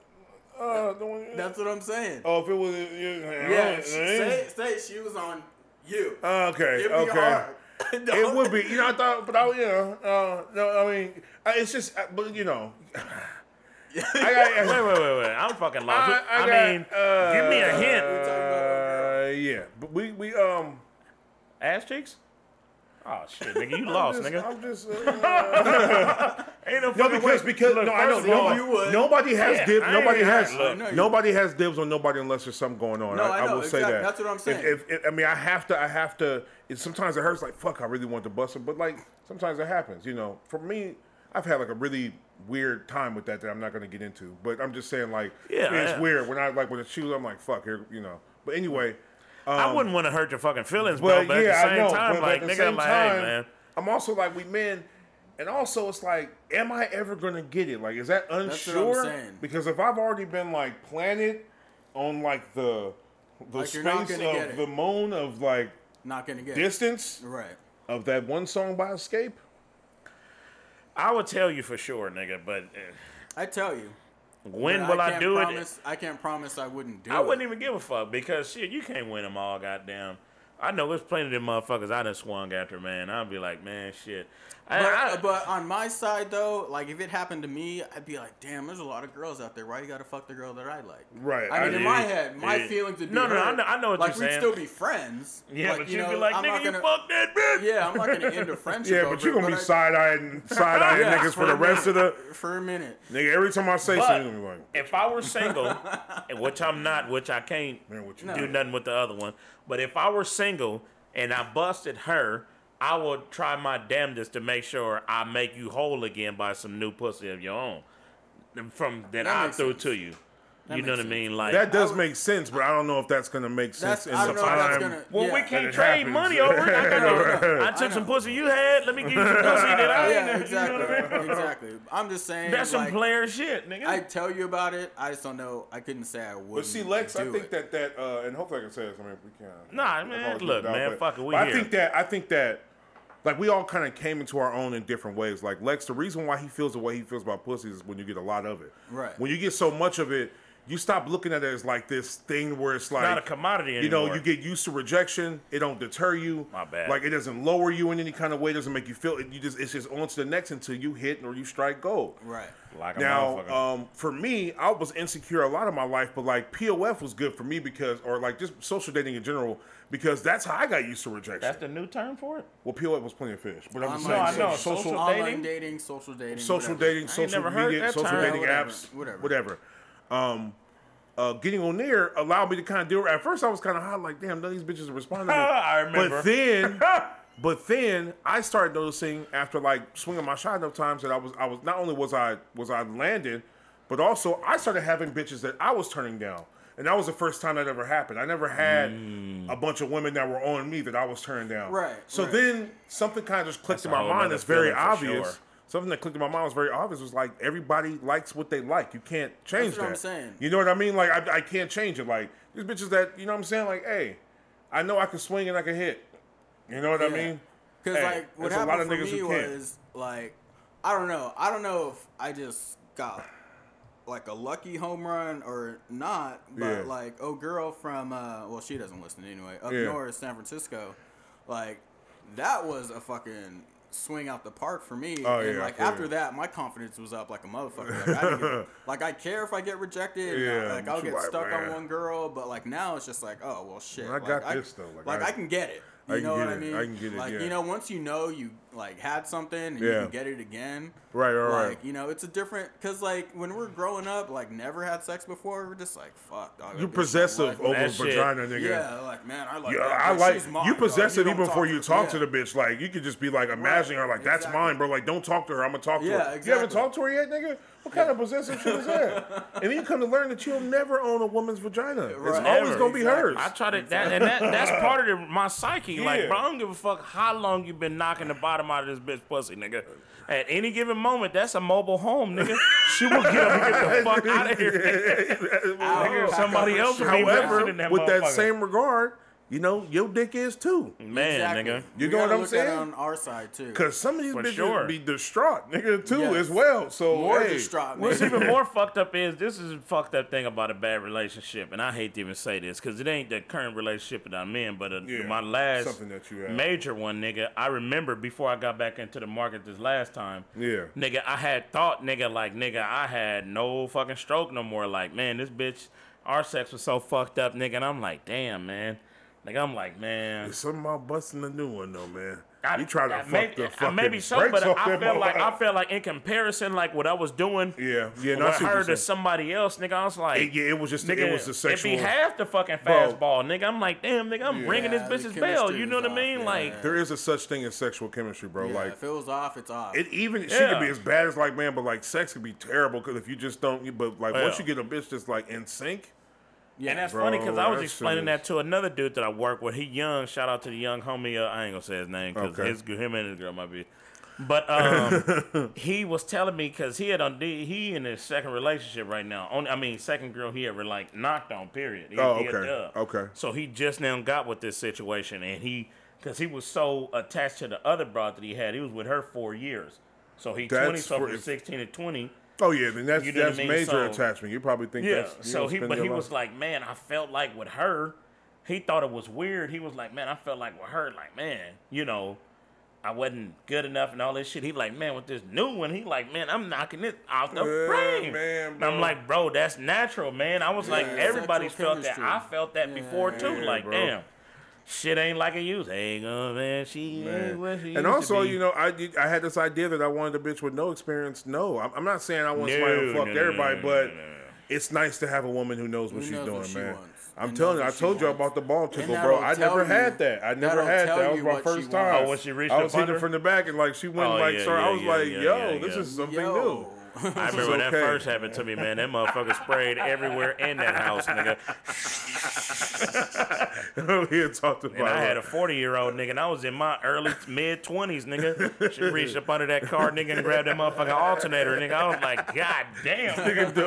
uh, the one-
That's what I'm saying.
oh, if it was,
yeah.
yeah,
sh- Say, say she was on you.
Okay,
It'd be
okay.
hard. No.
It would be, you know. I thought, but I, you know, uh, no, I mean, I- it's just, I- but you know, I got,
Wait, wait, wait, wait. I'm fucking lost.
I,
I,
I
mean,
got, uh,
give me a hint.
Uh, yeah, but we, we, um,
Ass cheeks? Oh shit, nigga, you lost,
just,
nigga.
I'm just, uh,
Ain't no
no,
fucking
because
way.
because
Look,
no, I know
first of all,
nobody,
you would.
nobody has
Yeah,
dibs.
I
Nobody
ain't-
has
look.
No, you-
nobody has dibs on nobody unless there's something going on.
No,
I,
I know,
will say
exactly.
that.
That's what I'm
If-
saying.
If, if, I mean, I have to, I have to. It, sometimes it hurts. Like fuck, I really want to bust it, but like sometimes it happens. You know, for me, I've had like a really weird time with that that I'm not going to get into. But I'm just saying, like,
Yeah,
it's
yeah.
weird when I like when it's shoes. I'm like, fuck, here, you know. But anyway,
I wouldn't want to hurt your fucking feelings, bro.
but
But
yeah,
at the same
I know.
time,
but, but
like,
at the
nigga,
same
like, hey,
time,
man.
I'm also like, we men, and also it's like, am I ever gonna get it? Like, is that
what I'm
unsure?
saying.
because if I've already been like planted on like the the
Like, you're not
space
gonna get
of
it.
the moon of like
Not gonna get it.
distance
Right.
of that one song by Escape,
I would tell you for sure, nigga, but eh,
I tell you.
when
But
will I,
can't
do it?
promise, I can't promise I wouldn't do
I
it.
wouldn't even give a fuck because shit, you can't win them all, goddamn. I know there's plenty of them motherfuckers I done swung after, man. I'll be like, man, shit. I,
But,
uh,
I-
but on my side though, like if it happened to me, I'd be like, damn, there's a lot of girls out there. Why you gotta fuck the girl that I like?
Right,
I mean,
I-
in my
yeah,
head, my
yeah.
feelings would be
No, no, I
hurt.
know- I know what
like,
you're
we'd
saying.
still be friends.
yeah, but
you
you'd be
know,
like,
I'm
nigga,
not
you
gonna-
fucked that bitch.
Yeah, I'm not gonna end a friendship.
Yeah, but
over
you're
it,
gonna be
I-
side eyeing side eyeing
Yeah,
niggas for
for
the
a
rest of the
for a minute.
nigga. Every time I say
But
something, you're gonna be like,
if I were single, and which I'm not, which I can't
man, what you
No.
do?
do nothing with the other one. But if I were single and I busted her, I would try my damnedest to make sure I make you whole again by some new pussy of your own, from that,
That
I
makes
threw
sense.
to you. you
makes
know what I
sense.
mean? Like
That does
would-
make sense, but I don't know if that's gonna make sense
That's
in
I
the
don't know. If that's
time.
gonna.
Well,
yeah.
we can't
it
trade
happens.
money over it. I, got
I know.
I took some pussy you had. Let me give you some pussy that I ain't
Yeah,
had,
exactly,
You know what I mean?
exactly. I'm just saying.
That's
like,
some player shit, nigga.
I tell you about it. I just don't know. I couldn't say I would.
But see, Lex, I
do
think
it.
that that uh, and hopefully I can say this. I mean, we can.
Nah,
I
man,
apologize,
look,
dog,
man, fuck it, we
but I
here.
think that I think that like we all kind of came into our own in different ways. Like Lex, the reason why he feels the way he feels about pussies is when you get a lot of it.
Right.
When you get so much of it, you stop looking at it as like this thing where it's like
not a commodity
You know,
anymore.
you get used to rejection. It don't deter you.
My bad.
Like it doesn't lower you in any kind of way. It doesn't make you feel. You just it's just on to the next until you hit or you strike gold.
Right.
like a
Now,
motherfucker.
um, for me, I was insecure a lot of my life, but like POF was good for me because, or like just social dating in general, because that's how I got used to rejection.
That's the new term for it.
well, POF was plenty of fish, but I'm just
Online
saying,
No, I know. Social
social, social,
Online
dating?
dating, social dating,
social
whatever.
dating,
ain't
social
never heard
media,
that
social
term.
dating
Whatever,
apps, whatever.
whatever.
Um, uh, getting on there allowed me to kind of deal. At first, I was kind of hot, like, damn, none of these bitches are responding. to me.
I remember.
But then, but then I started noticing after like swinging my shot enough times that I was I was not only was I was I landed, but also I started having bitches that I was turning down. And that was the first time that ever happened. I never had
Mm.
a bunch of women that were on me that I was turning down.
Right,
So
right.
then something kind of just clicked
That's
in
a
my
whole
mind
nother
that's very
feeling for
obvious.
sure.
Something that clicked in my mind was very obvious was like everybody likes what they like. You can't change
That's what
that.
I'm saying.
You know what I mean? Like I, I can't change it. Like these bitches that you know what I'm saying. Like hey, I know I can swing and I can hit. You know what I mean?
Because
Hey,
like what
there's a
happened
lot of
for
niggas
me
who can't.
was like, I don't know. I don't know if I just got like a lucky home run or not. But
Yeah.
like, oh girl from uh, well she doesn't listen anyway. Up
Yeah.
north, San Francisco, like that was a fucking swing out the park for me.
Oh, yeah,
and
I
like
feel
after
you.
that, my confidence was up like a motherfucker. Like I, didn't give- like, I care if I get rejected. and
Yeah,
I, like
but
I'll
you
get
like,
stuck
man.
on one girl, but like now it's just like, oh well, shit.
I
like,
got this, though. Like,
Like, I,
I-
can get it.
I
You
can
know
get
what I
it.
mean?
I can get it,
Like
yeah.
you know, once you know you like had something and
Yeah.
you can get it again.
Right, right, right.
Like you know, it's a different because like when we're growing up, like never had sex before, we're just like, fuck, dog. that
You
bitch I
possessive
Like.
over
That shit.
vagina, nigga.
Yeah, like man, I like.
Yeah,
that
I
bitch.
like
She's mine,
you
dog.
possessive
don't
even before you talk to
yeah.
the bitch. Like you could just be like imagining her like that's
exactly.
mine, bro. Like don't talk to her. I'm gonna talk to
Yeah,
her. You haven't
exactly.
talked to her yet, nigga. What kind of possessive shit is that? And then you come to learn that you'll never own a woman's vagina. It's
Right.
always
Never.
gonna be hers.
I try to that, and that that's part of the, my psyche.
Yeah.
Like, bro, I don't give a fuck how long you've been knocking the bottom out of this bitch pussy, nigga. At any given moment, that's a mobile home, nigga. She will get up and get the fuck out of here.
Ow.
Nigga, somebody else will be
However,
in that
with that
motherfucker.
same regard, you know your dick is too.
man,
Exactly.
nigga.
You
We
know what
gotta
I'm
look at it
saying?
On our side too.
Cause some of these
For
bitches
sure.
be distraught, nigga, too,
Yes.
as well. So
more
hey,
distraught.
What's
man.
even more fucked up is this is a fucked up thing about a bad relationship, and I hate to even say this because it ain't the current relationship that I'm in, but uh
Yeah,
my last
something that you had.
major one, nigga. I remember before I got back into the market this last time,
Yeah.
nigga. I had thought, nigga, like nigga, I had no fucking stroke no more. Like man, this bitch, our sex was so fucked up, nigga, and I'm like, damn, man. Like I'm like, man.
Something about busting a new one though, man.
I-
you try to
I
fuck
maybe,
the
I-
fucking
maybe so,
brakes
but
off
I
that
felt like I
motherfucker.
felt like in comparison, like what I was doing,
Yeah, yeah, no,
when I
I see what you're
heard
saying.
of somebody else, nigga, I was like,
It- yeah, it was just the-
nigga,
it was the sexual.
If he half the fucking
Bro.
fastball, nigga, I'm like, damn, nigga, I'm
Yeah.
ringing this
Yeah, the
bitch's bell.
chemistry
You know
was
what I
off,
mean?
yeah.
Like,
there is a such thing as sexual chemistry, bro.
Yeah,
like
if it was off, it's off.
it even she
Yeah.
could be as bad as like man, but like sex could be terrible because if you just don't. you- But like once
Yeah.
you get a bitch that's like in sync,
yeah,
and that's
Bro,
funny because I was
that
explaining
shit is-
that to another dude that I work with. He young. Shout out to the young homie. Uh, I ain't gonna say his name because
Okay.
his him and his girl might be. But um, he was telling me because he had on he in his second relationship right now. Only I mean second girl he ever like knocked on. Period. He,
Oh,
he a
okay.
dub.
Okay.
So he just now got with this situation and he because he was so attached to the other broad that he had. He was with her four years. So he
That's
twenty so
for-
from sixteen to twenty.
oh yeah, then that's
You know what I
that's
mean?
major
So-
attachment. You probably think
Yeah.
that's you
So
know,
he,
spend
but
your
he
life-
was like, man, I felt like with her, he thought it was weird. He was like, man, I felt like with her, like, man, you know, I wasn't good enough and all this shit. He like, man, with this new one, he like, man, I'm knocking it out the
Yeah,
frame.
man,
and I'm
bro.
like, bro, that's natural, man. I was like,
Yeah.
everybody's
Sexual
felt that.
chemistry.
I felt that before too.
Yeah,
like,
bro.
damn. Shit ain't like it used. Ain't gonna man. She ain't what she used
And also,
to be.
you know, I did- I had this idea that I wanted a bitch with no experience. No, I'm, I'm not saying I want somebody
No,
to fuck
no, no,
everybody,
no, no,
but
no, no, no.
it's nice to have a woman who knows what
Who
she's
knows
doing,
what she
man.
wants
I'm
and
telling
knows
you, I
what she
told you
wants.
about the ball tickle,
And
bro.
that'll
I never
tell
had
you-
that. I never
that'll
had
tell
that. That was
you
my
what she
first time.
wants.
Oh, when she reached
I
up
was hitting
under?
it from the back, and like she went
Oh,
like,
yeah,
sir, I
yeah,
was
yeah,
like,
yeah,
yo,
yeah,
this
yeah.
is something
Yo.
new.
I
This
remember
is
when that
okay.
first happened to me, man. That motherfucker sprayed everywhere in that house, nigga.
I'm here talking
And
about.
I had a
it.
40 year old nigga, and I was in my early mid 20s, nigga. She reached up under that car, nigga, and grabbed that motherfucking alternator, nigga. I was like, God damn, nigga.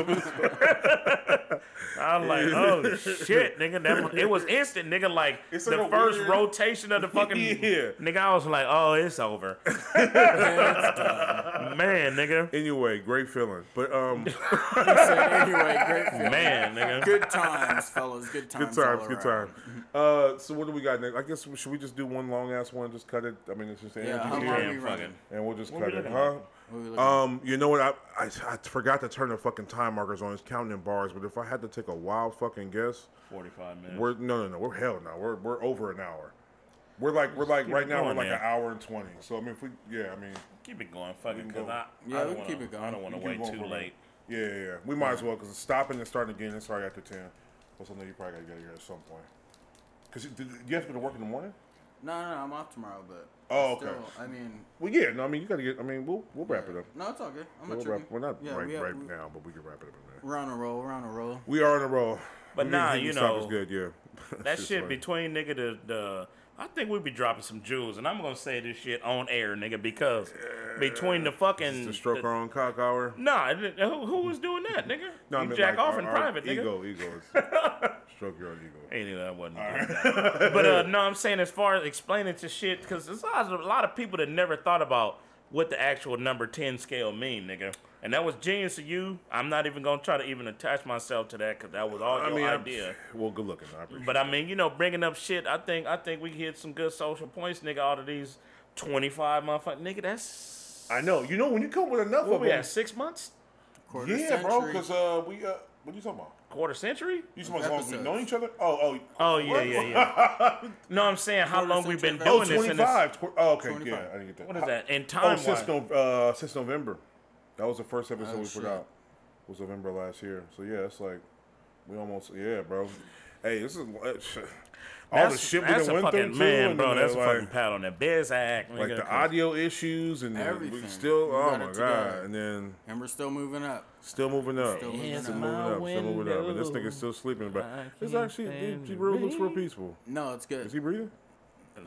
I was like, oh shit, nigga. That was, it was instant, nigga. Like
It's
the
like a
first
weird-
rotation of the fucking
Yeah.
nigga. I was like, oh, it's over, man, nigga.
Anyway, great feeling, but um,
So anyway, great film.
Man, nigga.
Good times, fellas.
good
Good times.
times,
all
good
around.
time. Uh, so what do we got next? I guess we- should we just do one long ass one? Just cut it. I mean, it's just the
Yeah,
energy
how
here.
long we
fucking-
running?
and we'll just
What
cut
we
it,
looking
huh?
What we looking
Um, you know what? I, I I forgot to turn the fucking time markers on. It's counting in bars, but if I had to take a wild fucking guess,
45 minutes.
we're no no no, we're hell no, we're we're over an hour. We're like we're like
keep
right
it
now we're
going,
like
man.
an hour and twenty. So I mean, if we yeah, I mean,
Keep it going, fucking,
can
because
go.
I, I
Yeah, we
don't
can
wanna-
keep it going.
I don't want to
we keep
wait
going
too
for a
late.
minute. Yeah, yeah, yeah. We might as well because stopping and starting again. It's already after ten. Plus, I know you probably gotta get here at some point. Cause you, do you have to go to work in the morning.
No, no, no, I'm off tomorrow, but.
Oh,
still,
okay.
I mean.
Well, yeah. No, I mean you gotta get. I mean we'll we'll wrap it up.
No, it's all good. I'm
We'll
not
wrap,
tripping.
we're not
Yeah,
right
we have-
right
we-
now, but we can wrap it up in there.
We're on a roll. We're on a roll.
We are in a roll.
But
We
nah,
need
you
to stop. It's
know,
good, yeah.
That
It's
shit
like-
between nigga the the I think we be dropping some jewels, and I'm gonna say this shit on air, nigga, because between the fucking
the stroke our own cock hour.
Nah, it- who, who was doing that, nigga?
No, I
you
meant
jack
like
off
our-
in
our
private, nigga.
Ego, ego. is- stroke your own ego.
Anyway, that wasn't. good. but uh, no, I'm saying as far as explaining to shit, because there's a lot, of, a lot of people that never thought about what the actual number ten scale mean, nigga. And that was genius of you. I'm not even gonna try to even attach myself to that because that was all
I
your
mean, I'm-
idea.
well, good looking. I appreciate.
But I mean, you know, bringing up shit, I think I think we hit some good social points, nigga. Out of these twenty five motherfuckers, nigga, that's
I know. You know when you come with enough
what
of
we at
them.
six months,
Quarter
Yeah,
century.
bro. Because uh, we uh, what you talking about?
quarter century.
You talking about as long as we
Episodes.
know each other? Oh, oh.
Oh yeah, yeah, yeah. no, I'm saying how
Quarter
long we've been
century
doing
Oh,
this. in
25.
this
tw- oh, okay, yeah.
25.
I didn't get that.
what is that? In
Oh,
time
since, no, uh, since November. That was the first episode
Oh,
we
shit.
put out. It was November last year. So yeah, it's like we almost yeah, bro. Hey, this is all the
That's,
shit we
that's
done
a
went
fucking
through. too,
man,
and
bro.
then,
That's a
like,
fucking pat on the biz act.
like
nigga,
the
'cause-
audio issues and then we
Everything.
still
We
oh
got
my
it
god
together.
and then
And we're still moving up.
still moving up,
Still
still
moving
moving
up.
up, still moving up, and this nigga's still sleeping. But
I
it's
can't
actually he,
stand
he
the
real, looks real
rain.
peaceful.
No, it's good.
Is he breathing?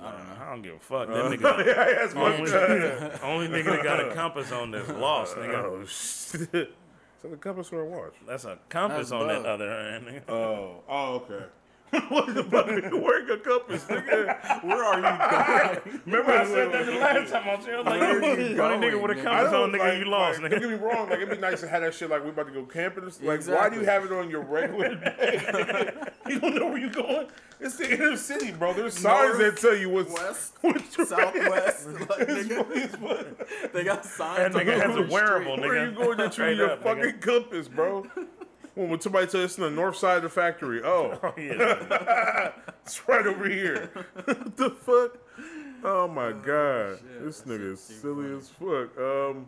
I don't give a fuck. That nigga,
yeah, that's
only,
my
Uh. only nigga that got a compass on this lost, nigga.
Oh shit! Is that a compass or a watch?
That's a compass
That's
on that
bug.
other hand. nigga.
Oh, oh, okay. what the fuck are you wearing a compass, nigga?
Where are you going?
Remember I said that the last time on show. Like,
Where
only
you going,
nigga with a
nigga?
I
compass on,
don't,
nigga,
like-
you lost, nigga.
like, Don't get me wrong. Like it'd be nice to have that shit. Like we about to go camping. It's Like why do
Exactly.
you have it on your regular day? nigga? you don't know where you're going. It's the inner city, bro. There's signs
North,
that tell you what's
West,
what's your-
southwest. Like,
It's funny
nigga,
as fuck.
they got signs.
That nigga
on
has a
the
wearable,
Where are
nigga.
you going to
Straight
treat your
up, nigga.
fucking compass, bro? When, when somebody tells us it's in the north side of the factory, oh,
Yeah.
It's right over here. what the fuck? Oh my god, this nigga is silly as fuck. Um,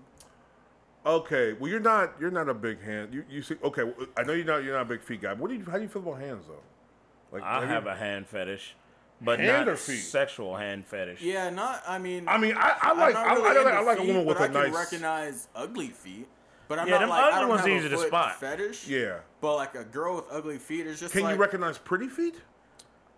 okay, well you're not you're not a big hand. You you see? Okay, well, I know you're not you're not a big feet guy. What do you how do you feel about hands though? Like
I
you-
have a hand fetish, but
Hand
not
or feet?
sexual hand fetish.
Yeah, not. I mean,
I mean, I, I
I'm
like
not
I, I,
really
like, I
into
like a
feet,
woman with
but
a
I can
nice
recognize ugly feet. But I'm
Yeah,
not
them
like
ugly
I don't
ones
have a
easy to
foot
spot.
Fetish.
yeah.
But like a girl with ugly feet is just
Can
like
you recognize pretty feet?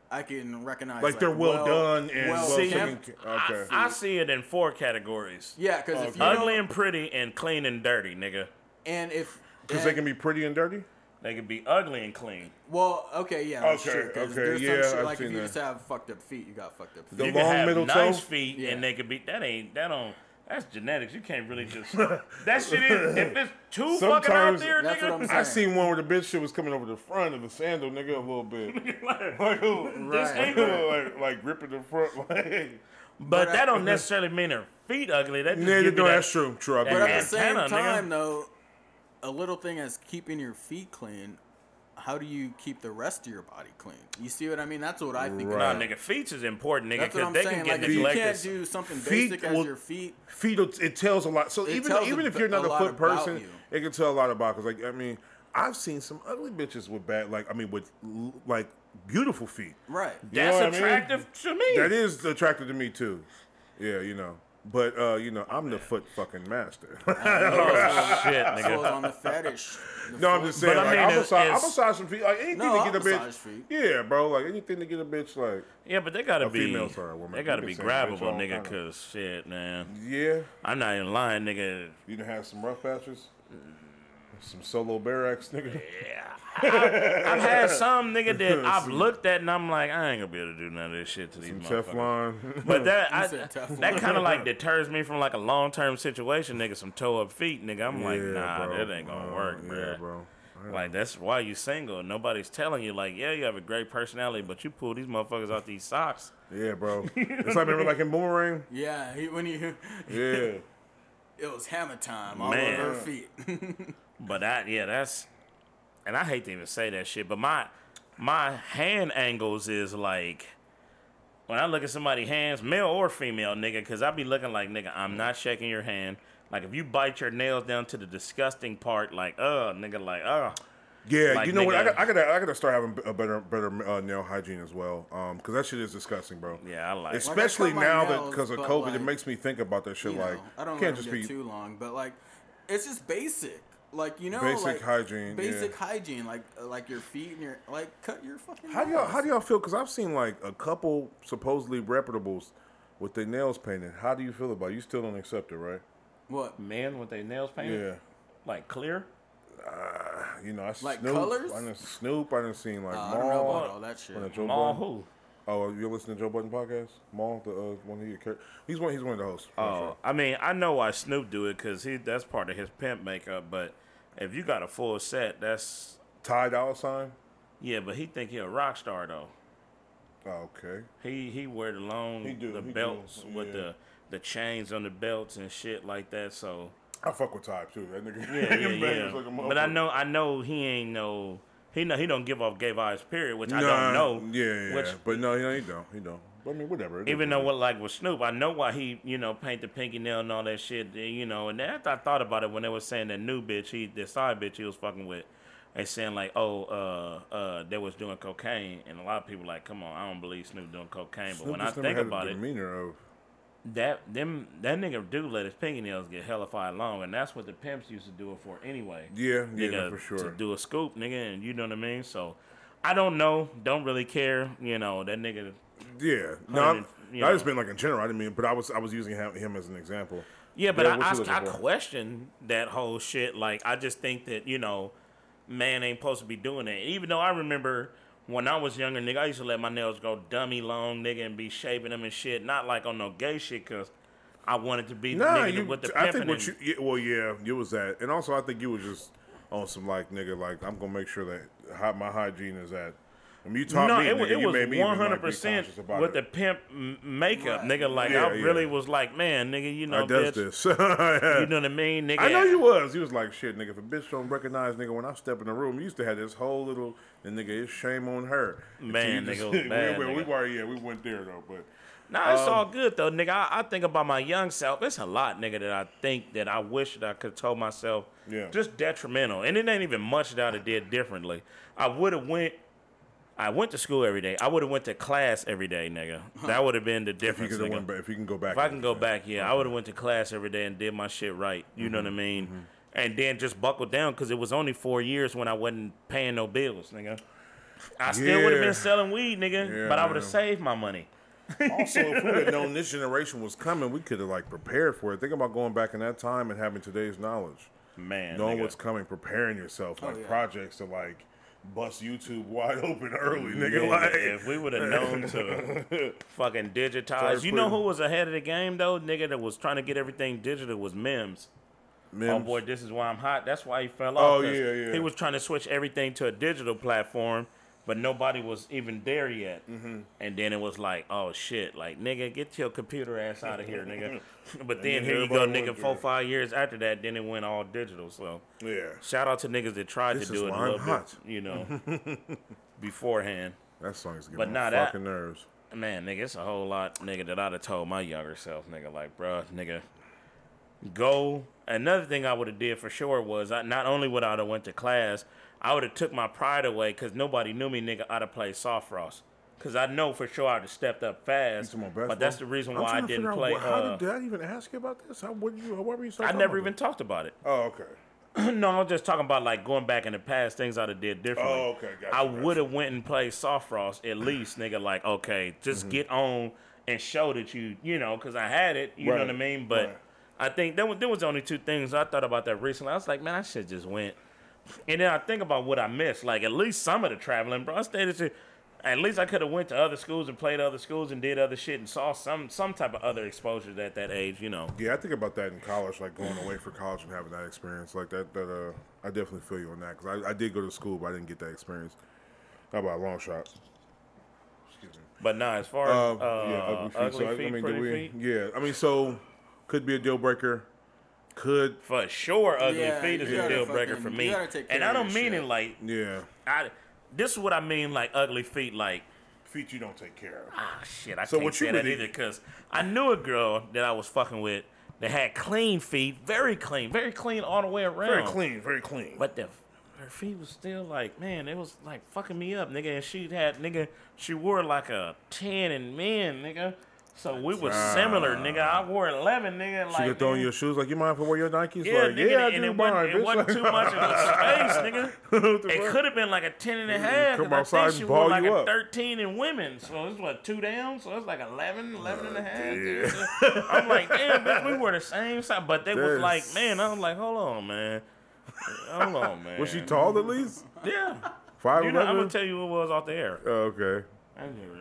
I can recognize
Like, they're well, done and well,
well
See,
taken
kept.
ca- okay.
I see it in four categories.
Yeah, because if you
Ugly
don't-
and pretty and clean and dirty, nigga.
and if
Because they can be pretty and dirty.
They could be ugly and clean.
well, okay, yeah, that's
Okay,
true, 'cause
okay,
there's
yeah,
some shit
I've
like if
seen
you
that.
just have fucked up feet, you got fucked up feet.
The
you
long
can have
middle
nice
toe?
feet
Yeah.
and they could be that ain't that don't That's genetics. You can't really just that shit. Is, if it's too fucking out
Sometimes-
there,
That's what I'm
nigga.
I
saying.
seen one where the bitch shit was coming over the front of the sandal, nigga, a little bit. like,
This ain't-
like, like ripping the front. Like.
But
But
that
I-
don't necessarily mean her feet ugly. That just
Yeah,
give you
no,
that-
that's true. True. I
that
agree.
But at
Yeah.
the same
Antenna, nigga.
time, though, a little thing as keeping your feet clean, how do you keep the rest of your body clean? You see what I mean? That's what I think.
Right.
about.
Nah, nigga, feet is important, nigga,
That's what
because
I'm
they
saying.
can get
Like, if you can't
neglected.
do something
Feet
basic as
will-
your feet,
feet will- it tells a lot. So
It
even
tells
even
a
if you're
bit-
not
a
a
lot
foot
about
person,
you.
it can tell a lot about. Cause like I mean, I've seen some ugly bitches with bad like I mean with l- like beautiful feet.
right?
You know
That's
what I mean?
attractive to me.
That is attractive to me too. Yeah, you know. But uh, you know, I'm the foot fucking master.
oh, shit,
So
nigga.
on the fetish. the
no, I'm
foot-
just saying.
I
like,
mean,
I
it's-
massage, I
it's-
massage some feet. Like anything
No,
to get
I
a bitch.
massage feet.
Yeah, bro. Like anything to get a bitch. Like
Yeah, but they gotta be.
female's sorry, woman.
They gotta
You
be
can say bitch
grabbable,
all the
nigga.
time.
Cause shit, man.
yeah,
I'm not even lying, nigga.
you done have some rough patches.
Mm-hmm.
Some solo barracks, nigga.
I've had some nigga that I've looked at and I'm like, I ain't gonna be able to do none of this shit to these motherfuckers.
Teflon.
But that I,
said tough
that
one.
kind of like deters me from like a long term situation, nigga. Some toe up feet, nigga. I'm like,
Yeah,
nah,
bro.
that ain't gonna
Uh,
work,
yeah,
bruh.
bro. Yeah.
Like that's why you single. Nobody's telling you, like, yeah, you have a great personality, but you pull these motherfuckers out these socks.
Yeah, bro. It's like remember like in Boomerang.
Yeah, he, when you
Yeah,
it was hammer time all
Man.
over her feet.
But that, yeah, that's, and I hate to even say that shit, but my my hand angles is like when I look at somebody's hands, male or female, nigga, because I be looking like nigga, I'm not shaking your hand. Like if you bite your nails down to the disgusting part, like uh, nigga, like uh,
yeah.
Like,
you know what? I
nigga.
got, I gotta, I gotta start having a better, better uh, nail hygiene as well. Um, because that shit is disgusting, bro.
yeah, I like.
cut
Especially
my
now that
nails,
because of
but,
COVID, it
like,
makes me think about that shit.
you
like,
know, I don't
can't
let 'em
just
get
be.
too long, but like it's just basic. Like you know,
Basic
like,
hygiene,
Basic
yeah.
hygiene, like uh, like your feet and your like cut your fucking.
How do y'all,
nails.
how do y'all feel? Because I've seen like a couple supposedly reputables with their nails painted. How do you feel about? it? You still don't accept it, right?
what?
men with their nails painted,
Yeah.
like clear.
You know, I
Like
Snoop,
colors?
I done Snoop. I done seen like
Uh, I
Maul.
don't know about all that shit.
I done Joe
Mall
Budden.
who?
Oh, you're listening to Joe Budden podcast? Maul, the uh, one he car- he's one he's one of the hosts.
Oh, I mean, I know why Snoop do it because he that's part of his pimp makeup. But if you got a full set, that's
Ty Dolla Sign.
yeah. But he think he a rock star though.
Oh, okay.
He he wear the long
He do,
the
he do,
belts with
yeah.
the the chains on the belts and shit like that. So
I fuck with Ty too. That nigga.
yeah, yeah,
Bang is
yeah.
like a
but I
motherfucker.
know I know he ain't no he know he don't give off gay vibes period, which I
Nah,
don't know.
Yeah, yeah.
which
yeah. but no, he, he don't. He don't. But I mean, whatever. It is
even
what
though
it
what like with Snoop, I know why he you know paint the pinky nail and all that shit. eh, You know, and after I thought about it when they was saying that new bitch, he the side bitch he was fucking with, they saying like, oh, uh, uh, they was doing cocaine, and a lot of people like, come on, I don't believe Snoop doing cocaine,
is.
but when
Snoop
I
just never
think
had
about
the
it,
demeanor of
that them that nigga do let his fingernails get hellified long, and that's what the pimps used to do it for anyway.
yeah, yeah,
nigga,
for
To
sure.
do a scoop, nigga, and you know what I mean. So, I don't know, don't really care. You know that nigga.
yeah.
hundred,
No, I'm-
you
I just
know.
been like in general. I didn't mean, but I was I was using him, him as an example.
Yeah, but
Yeah, what
I,
you looking
I, I
for?
question that whole shit. Like, I just think that you know, man ain't supposed to be doing that. Even though I remember when I was younger, nigga, I used to let my nails go dummy long, nigga, and be shaving them and shit. Not like on no gay shit, cause I wanted to be the
Nah,
nigga
you,
with the pimping.
I think
and-
what you yeah, well yeah, it was that, and also I think you were just on some like nigga like I'm gonna make sure that hi- my hygiene is at. I mean, you taught
No,
me,
it, wa-
nigga,
it
you
was
made me
one
even,
hundred
like, be
percent
conscious about
with
it.
the pimp m- makeup,
Right.
nigga. Like
Yeah,
I really
yeah.
was like, man, nigga, you know,
I does
bitch,
this.
you know what I mean, nigga.
I know you was. He was like, shit, nigga, if a bitch don't recognize nigga when I step in the room, you used to have this whole little and nigga, it's shame on her. Until
Man,
you
nigga, it was bad,
we, we, we
nigga.
were yeah, we went there though, but
Nah,
um
it's all good though, nigga. I, I think about my young self. It's a lot, nigga, that I think that I wish that I could tell myself.
Yeah.
Just detrimental, and it ain't even much that I did differently. I would have went. I went to school every day. I would have went to class every day, nigga. That would have been the
if you
difference,
could have
nigga.
went back, if you can go back,
If I can go back, yeah, I would have went to class every day and did my shit right. You know what
Mm-hmm.
I mean? And then just buckled down because it was only four years when I wasn't paying no bills, nigga. I still would have
Yeah.
been selling weed, nigga,
Yeah,
but I would have
man.
saved my money.
Also, if we would have known this generation was coming, we could have like prepared for it. Think about going back in that time and having today's knowledge,
Man,
knowing
nigga. Oh,
what's coming, preparing yourself, like
yeah.
projects to like bust YouTube wide open early, nigga.
Mm, Yeah,
like
if we would have known to fucking digitize,
Start
you know who
putting-
was ahead of the game though, nigga, that was trying to get everything digital was Mims.
Mims.
Oh boy, this is why I'm hot. That's why he fell
Oh,
off. 'cause
yeah, yeah.
He was trying to switch everything to a digital platform, but nobody was even there yet.
Mm-hmm.
And then it was like, oh shit, like nigga, get your computer ass out of here, nigga. but then
then
here you go,
everybody
nigga.
went
Four
there.
five years after that, then it went all digital. So
yeah,
shout out to niggas that tried
This
to
is
do it a
why I'm
little
hot.
bit, you know, beforehand.
that song's getting
But
on
nah,
my
that-
fucking nerves.
Man, nigga, it's a whole lot, nigga, that I'd have told my younger self, nigga, like, bruh, nigga, go. Another thing I would have did for sure was I not only would I have went to class, I would have took my pride away because nobody knew me, nigga. I'd have played soft frost because I know for sure I'd have stepped up fast.
Come on,
But
basketball.
that's the reason
I'm
why I
trying to figure
didn't
out
play.
wh- How
uh,
did, did I even ask you about this? How would you? Why were you? So
I
dumb
never
about
even
it?
talked about it.
Oh, okay.
no, I'm just talking about like going back in the past, things I'd have did differently.
Oh, okay, gotcha,
I
gotcha.
would have went and played soft frost at least, nigga. Like, okay, just
Mm-hmm.
get on and show that you, you know, because I had it. You know
Right,
what I mean? But
right.
I think there was, there was only two things I thought about that recently. I was like, man, I should just went. And then I think about what I missed. Like at least some of the traveling, bro. I stayed at the- at least I could have went to other schools and played other schools and did other shit and saw some some type of other exposures at that age, you know.
Yeah, I think about that in college, like going away for college and having that experience, like that. That uh, I definitely feel you on that because I, I did go to school, but I didn't get that experience. Not by a long shot. Excuse me.
But nah, as far
Uh,
as uh,
yeah, ugly feet. so, I- I, mean, do
pretty
we-
feet.
Yeah, I mean, so could be a deal breaker. Could
For sure, ugly
Yeah,
feet is
you
a
gotta
deal breaker
fucking-
for
you
me.
gotta take
And
care
I
of
don't
your
mean
shit.
it like
yeah,
I. This is what I mean, like ugly feet. Like
feet you don't take care of.
ah, shit, I
So
can't
what you
say that
really-
either because I knew a girl that I was fucking with that had clean feet, very clean, very clean all the way around.
Very clean, very clean.
But the her feet was still like, man, it was like fucking me up, nigga. And she had nigga, she wore like a ten and men, nigga. So we was similar, nigga. I wore eleven, nigga. Like
you could throw in
nigga.
your shoes. Like you mind if I wear your Nikes?
Yeah,
like,
nigga,
yeah, I
and
do
it
mind,
wasn't, it
bitch.
wasn't
Like,
too much of a space, nigga.
What the
It
fuck?
could have been like a 10 and a half.
come
'cause I
outside
think
and
she
ball
was like
you
a
up.
13 in women. So it's what, two down? So it's like 11, 11 and a half. nigga. I'm like, damn, bitch, we were the same size. But they was
That's-
like, man, I was like, hold on, man. Hold on, man.
Was she tall at least?
Yeah.
Five
You know, I'm going
eleven.
to tell you what it was off the air.
Oh, okay.
I knew it.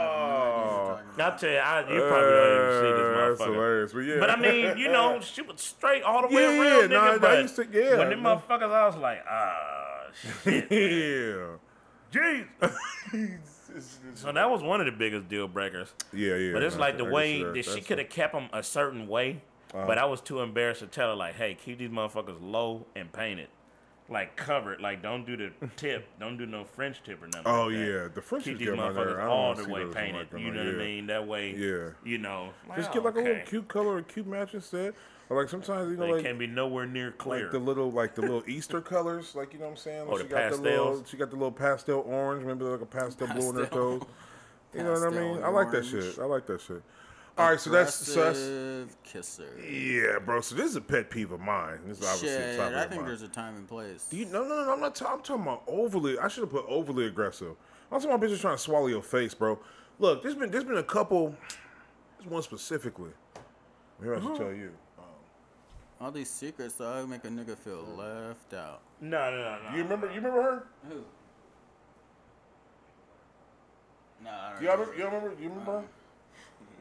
I'll tell you, I, you probably don't even
Oh. Uh, That's
see this motherfucker.
hilarious. But yeah,
But I mean, you know, she was straight all the way
Yeah,
around, nigga.
nah, nah,
but
you said- yeah,
when them
nah.
motherfuckers, I was like, ah, shit,
yeah,
Jesus. so that was one of the biggest deal breakers.
yeah, yeah.
But it's
nah,
like
I
the
can
way
see
that she
That's- Uh-huh.
could have kept them a certain way, but I was too embarrassed to tell her like, "Hey, keep these motherfuckers low and painted, like covered. Like don't do the tip, don't do no French tip or nothing."
Oh
like that.
yeah, the French
keep
is
these
getting on there.
motherfuckers
I don't
all
wanna
the
see
way
those on my-
painted.
on
You
my-
know what I
yeah.
mean? That way,
Yeah.
you know,
Just
wow,
get like a little
okay.
cute color, or cute match instead. Or like sometimes you know,
They
like
can't be nowhere near clear.
Like the little, like the little Easter colors, like you know what I'm saying. Like
Oh, the
got the little,
pastels.
she got the little pastel orange, maybe like a pastel, blue in her
Pastel.
toes. You know what I
Pastel
mean? I like that
orange.
shit. I like that shit. All right, so that's so that's
Aggressive kisser.
yeah, bro. So this is a pet peeve of mine. This is obviously a
Shit,
topic
I
of
think
mine.
there's a time and place.
You- no, no, no. I'm not. Ta- I'm talking about overly. I should have put overly aggressive. I'm talking about bitches trying to swallow your face, bro. Look, there's been there's been a couple. There's one specifically. Maybe I should tell you.
All these secrets though make a nigga feel left out.
no, no, no, no.
You remember? You remember her?
Who? Nah, I don't
Do y'all remember? You remember? You remember? her?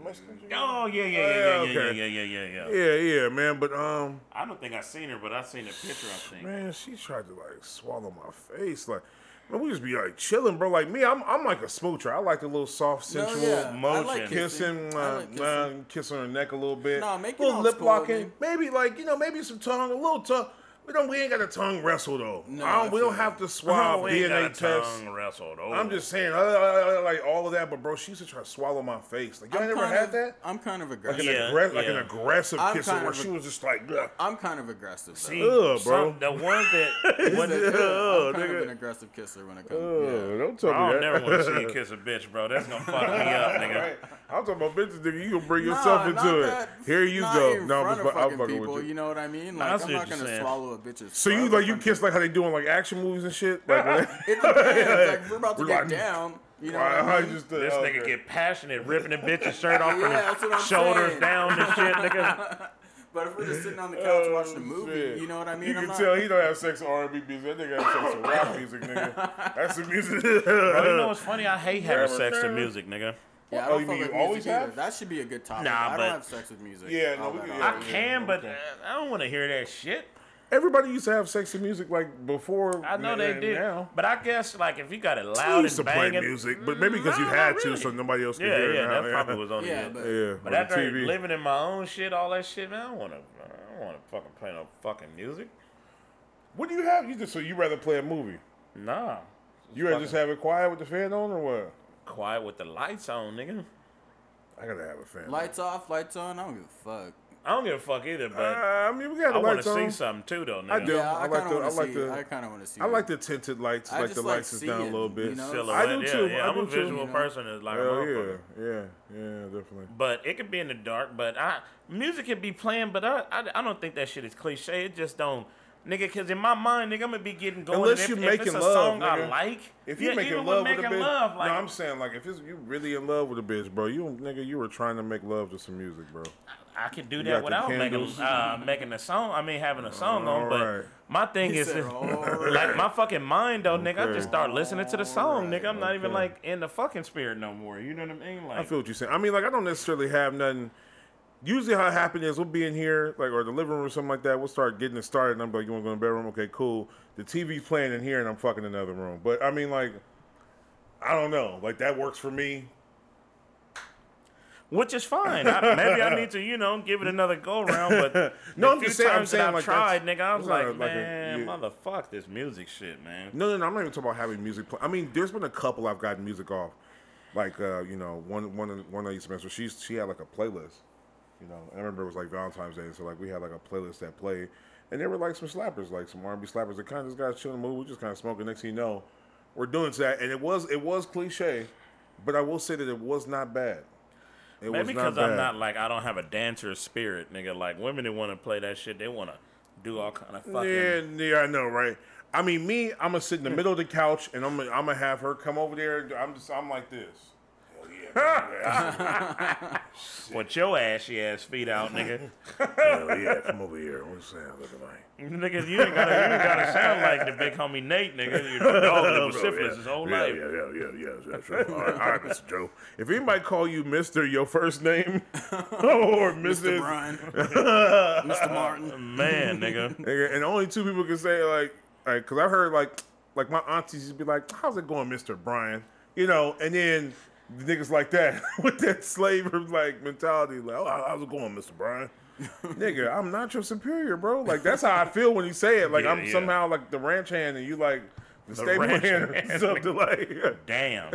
Mexican chick?
Oh yeah, yeah, yeah, yeah,
Yeah,
yeah,
okay.
yeah, yeah, yeah, yeah, yeah.
Yeah, yeah, man. But um,
I don't think I seen her, but I seen the picture. I think.
man, she tried to like swallow my face. Like, man, we just be like chilling, bro. Like me, I'm I'm like a smoocher. I like a little soft,
Oh,
sensual.
motion.
Kissing,
I
uh,
like kissing.
uh, kissing her neck a little bit.
No, make it
little
old
lip
school,
locking.
man.
Maybe like you know, maybe some tongue, a little tongue. We don't. We ain't got a tongue wrestle though.
No,
I don't,
I
we don't
feel
have
that.
to swab
we ain't
DNA
got a
test.
tongue wrestled. Oh.
I'm just saying, uh, uh, uh, like all of that. But bro, she used to try to swallow my face. Like y'all
I'm
never
kind
had
of,
that.
I'm kind of
Like an,
aggressive.
Yeah.
aggress- like an
yeah.
aggressive
I'm
kisser
kind
where
of
she
a-
was just like, "Ugh."
I'm kind of aggressive. Though.
See,
Ugh, bro.
Some, the one that one,
I'm
Ugh,
kind of
nigga.
an aggressive kisser when it comes.
Ugh,
yeah.
don't tell
I
me
don't
that.
never want to see you kiss a bitch, bro. That's gonna fuck me up, nigga.
Right. I'm talking about bitches, nigga. You gonna bring
Nah,
yourself
not
into it.
that-
Here you
not
go.
In
No, I'm
front
just
of
fu- I'm
fucking
fucking
people,
with you.
you know what I mean?
I
Like,
see what
I'm not
you're
gonna
saying.
swallow a bitch's.
So you
throat
like
if
you
I'm-
kiss like how they doing like action movies and shit. Like,
It depends. like, we're about to
We're
get
like,
down. You know. what
I
I mean?
just
This
oh,
nigga
okay.
get passionate, ripping the bitch's shirt off
Yeah, that's
from
what I'm
his shoulders
saying.
down and shit, nigga.
But if we're just sitting on the couch
Oh,
watching a movie,
shit.
you know what I mean?
You
I'm
can
not-
tell he don't have sex or R&B music. That nigga has sex with rap music, nigga. That's the music.
Bro, you know what's funny? I hate having sex to music, nigga.
Yeah, I
Oh,
don't
you
fuck
mean
with
you always
music either.
have?
That should be a good topic.
Nah,
I
but-
don't have sex with music.
Yeah, no,
all
we
that
can-
often.
Oh, yeah.
I can, but uh, I don't want to hear that shit.
Everybody used to have sex to music like before.
I know they
and
did,
Now.
but I guess like if you got it
I
loud
used to
and
play
banging,
music, but maybe because you
No,
had
not
to,
really.
so nobody else could
yeah,
hear it.
yeah,
now.
that probably was on
Yeah,
yeah,
but-
yeah,
But
on the
after
TV.
living in my own shit, all that shit, man, I don't want to. I don't want to fucking play no fucking music.
What do you have? You just so you rather play a movie?
Nah,
You rather just have it quiet with the fan on, or what?
quiet with the lights on, nigga.
I gotta have a fan.
Lights off, lights on. I don't give a fuck.
I don't give a fuck either,
Uh,
but
I mean, we got
I
the
want
lights
to see
on.
something too, though. Nigga.
I do.
Yeah, I,
I like
kind
the-
of
I
want to
like
see.
the-
I kind of want to see.
I
it.
like the tinted lights,
I
like
just
the
like
lights is
see
down
it,
a little bit.
you know?
Silhouette.
I do
yeah,
too.
Yeah,
I
I'm
do
a
too,
visual
you
know.
person. It's like a
Hell
motherfucker.
yeah, yeah, yeah, definitely.
But it could be in the dark. But I music could be playing. But I, I, I don't think that shit is cliche. It just don't, nigga. Because in my mind, nigga, I'm gonna be getting going. And
Unless you
if, if
making
it's a
love,
song I
nigga.
like.
If you
yeah,
making
even
love
with
with a
making
bitch,
love, like
no, I'm saying like if it's, you really in love with a bitch, bro, you nigga, you were trying to make love to some music, bro.
I can do
got
that
the
without making
candles.
uh, making a song. I mean, having a song on. But
Alright.
my thing
He
is,
said, "Oh."
is-
"Alright."
like my fucking mind though, nigga. I
Okay.
just start listening to the song, nigga. I'm not even
Okay.
like in the fucking spirit no more. You know what I mean? Like
I feel what you're saying. I mean, like I don't necessarily have nothing. Usually, how it happens is we'll be in here, like or the living room or something like that. We'll start getting it started, and I'm like, "You want to go in the bedroom? Okay, cool." The TV's playing in here, and I'm fucking in another room. But I mean, like, I don't know. Like that works for me.
which is fine. I, maybe I need to, you know, give it another go round. But
No,
the
I'm
few
just saying- I'm
times that
saying,
I've
like, that's-
tried, nigga, I was
that's
like,
not like a-
man,
yeah.
motherfuck this music shit, man.
No, no, no. I'm not even talking about having music play. I mean, there's been a couple I've gotten music off. Like, uh, you know, one one one I used to mess with. She she had like a playlist. You know, I remember it was like Valentine's Day, so like we had like a playlist that played, and there were like some slappers, like some R&B slappers. That kind of just got chilling, mood. We just kind of smoking. Next thing you know, we're doing that, and it was it was cliche, but I will say that it was not bad. It
Maybe
was
because I'm not like I don't have a dancer spirit, nigga. Like women that want to play that shit, they want to do all kind of fucking.
Yeah, yeah, I know, right? I mean, me, I'm gonna sit in the middle of the couch, and I'm gonna, I'm gonna have her come over there. I'm just, I'm like this. Hell yeah,
With your ashy ass feet out, nigga.
Hell yeah, come over here. What's that looking like?
nigga, you ain't gotta, you ain't gotta sound like the big homie Nate, nigga. Your dog lived with syphilis his whole life.
yeah, yeah, yeah, that's right. All right, all right, Mr. Joe. If anybody call you Mister, your first name, or Mrs.
Mr. Brian, Mr. Martin.
Man, nigga.
Nigga, and only two people can say like, like, cause I heard like, like my aunties used to be like, "How's it going, Mister Brian?" You know, and then the niggas like that with that slave like mentality, like, "Oh, how's it going, Mister Brian?" Nigga, I'm not your superior, bro. Like that's how I feel when you say it. Like
Yeah,
I'm
yeah.
somehow like the ranch hand, and you like the, stable
ranch
hand or
hand.
something. Like,
Damn.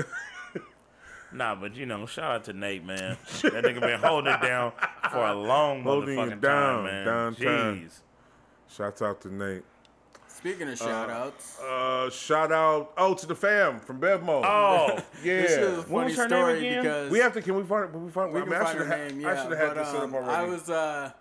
Nah, but you know, shout out to Nate, man. That nigga been holding it down for a long
Holding it
motherfucking time,
down,
man.
down time.
Jeez.
shouts out to Nate.
Speaking of shout outs,
Uh, shout out oh to the fam from Bevmo.
Oh,
yeah.
this is a
What
funny
was her name
story
again?
because
We have to. Can we find? Can we find?
we
I
can
mean, I
find
should
her
have.
name. Yeah,
I should have had
but,
this set up
um,
already.
I was uh,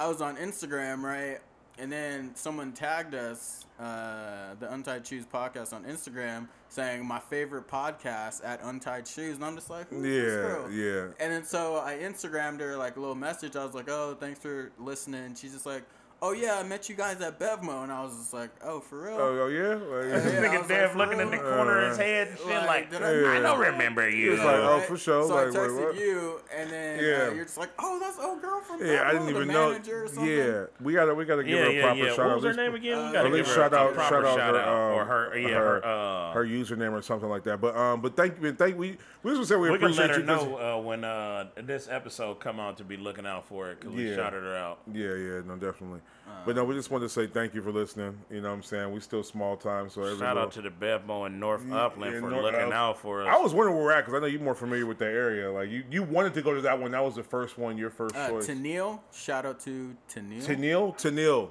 I was on Instagram, right? And then someone tagged us, uh, the Untied Shoes podcast on Instagram, saying my favorite podcast at Untied Shoes, and I'm just like, Who's this
Yeah,
girl?
yeah.
And then so I Instagrammed her like a little message. I was like, oh, thanks for listening. She's just like, oh yeah, I met you guys at Bevmo, and I was just like, oh, for real?
Oh, oh yeah. Like,
Yeah, I
nigga
was
Dev
like,
looking in the
"Really?"
corner of his head and shit
Like,
like,
did I-
I, don't remember you.
It's like, oh,
Right?
for sure.
So
Like,
I
wait,
texted
what?
you, and then
Yeah.
uh, you're just like, "Oh, that's old girl from
yeah, I
Bevmo,
didn't
the
even know.
manager Or something.
Yeah, we gotta we gotta give
yeah,
her a
yeah,
proper
yeah.
shout
What
out.
was her
At least-
name again? We
Uh,
gotta
At
give
least
her
shout
a
out,
proper
shout out,
shout
her,
out,
um,
or her, yeah,
her,
her, uh,
her username or something like that. But um, but thank you, thank we we just gonna say we,
we can
appreciate
let her
you 'cause-
know uh, when uh, this episode come out to be looking out for it because we
Yeah.
shouted her out.
Yeah, yeah, no, definitely.
Uh.
but no, we just wanted to say thank you for listening. You know what I'm saying? We still small time, so every
Shout
little-
out to the Bevmo in North Upland
yeah,
for
North
looking
Upland.
out for us.
I was wondering where we're at because I know you're more familiar with that area. Like you, you wanted to go to that one. That was the first one, your first
Uh,
choice.
Tennille, shout out to Tennille.
Tanil, Tanil.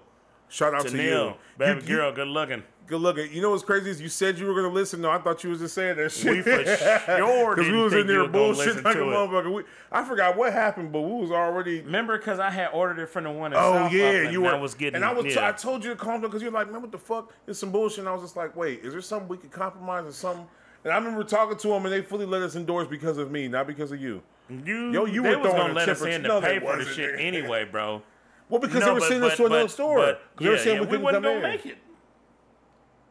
Shout out to you.
Tennille, baby
you,
girl, good looking.
You, good looking. You know what's crazy is you said you were gonna listen. No, I thought you was just saying that
We
shit.
for sure
Because
didn't
we was
think
in
you
there
were gonna
bullshit
listen
like a
to it.
motherfucker. We, I forgot what happened, but we was already.
Remember, because I had ordered it from the one. In
Oh
South
yeah,
Upland,
you
and
were.
I was getting.
and I was.
yeah.
I told you to calm down because you're like, man, what the fuck? It's some bullshit. And I was just like, wait, is there something we could compromise or something? And I remember talking to them, and they fully let us indoors because of me, not because of you.
You,
Yo, you
they
were
was
throwing
gonna
a
let
chip
us
or-
in
No,
to
they
pay for the
wasn't.
shit anyway, bro.
Well, because
No,
they were
but-
sending us
but-
to another
but-
store.
but-
'Cause they were saying we
we
couldn't
wasn't
come
gonna
in.
make it.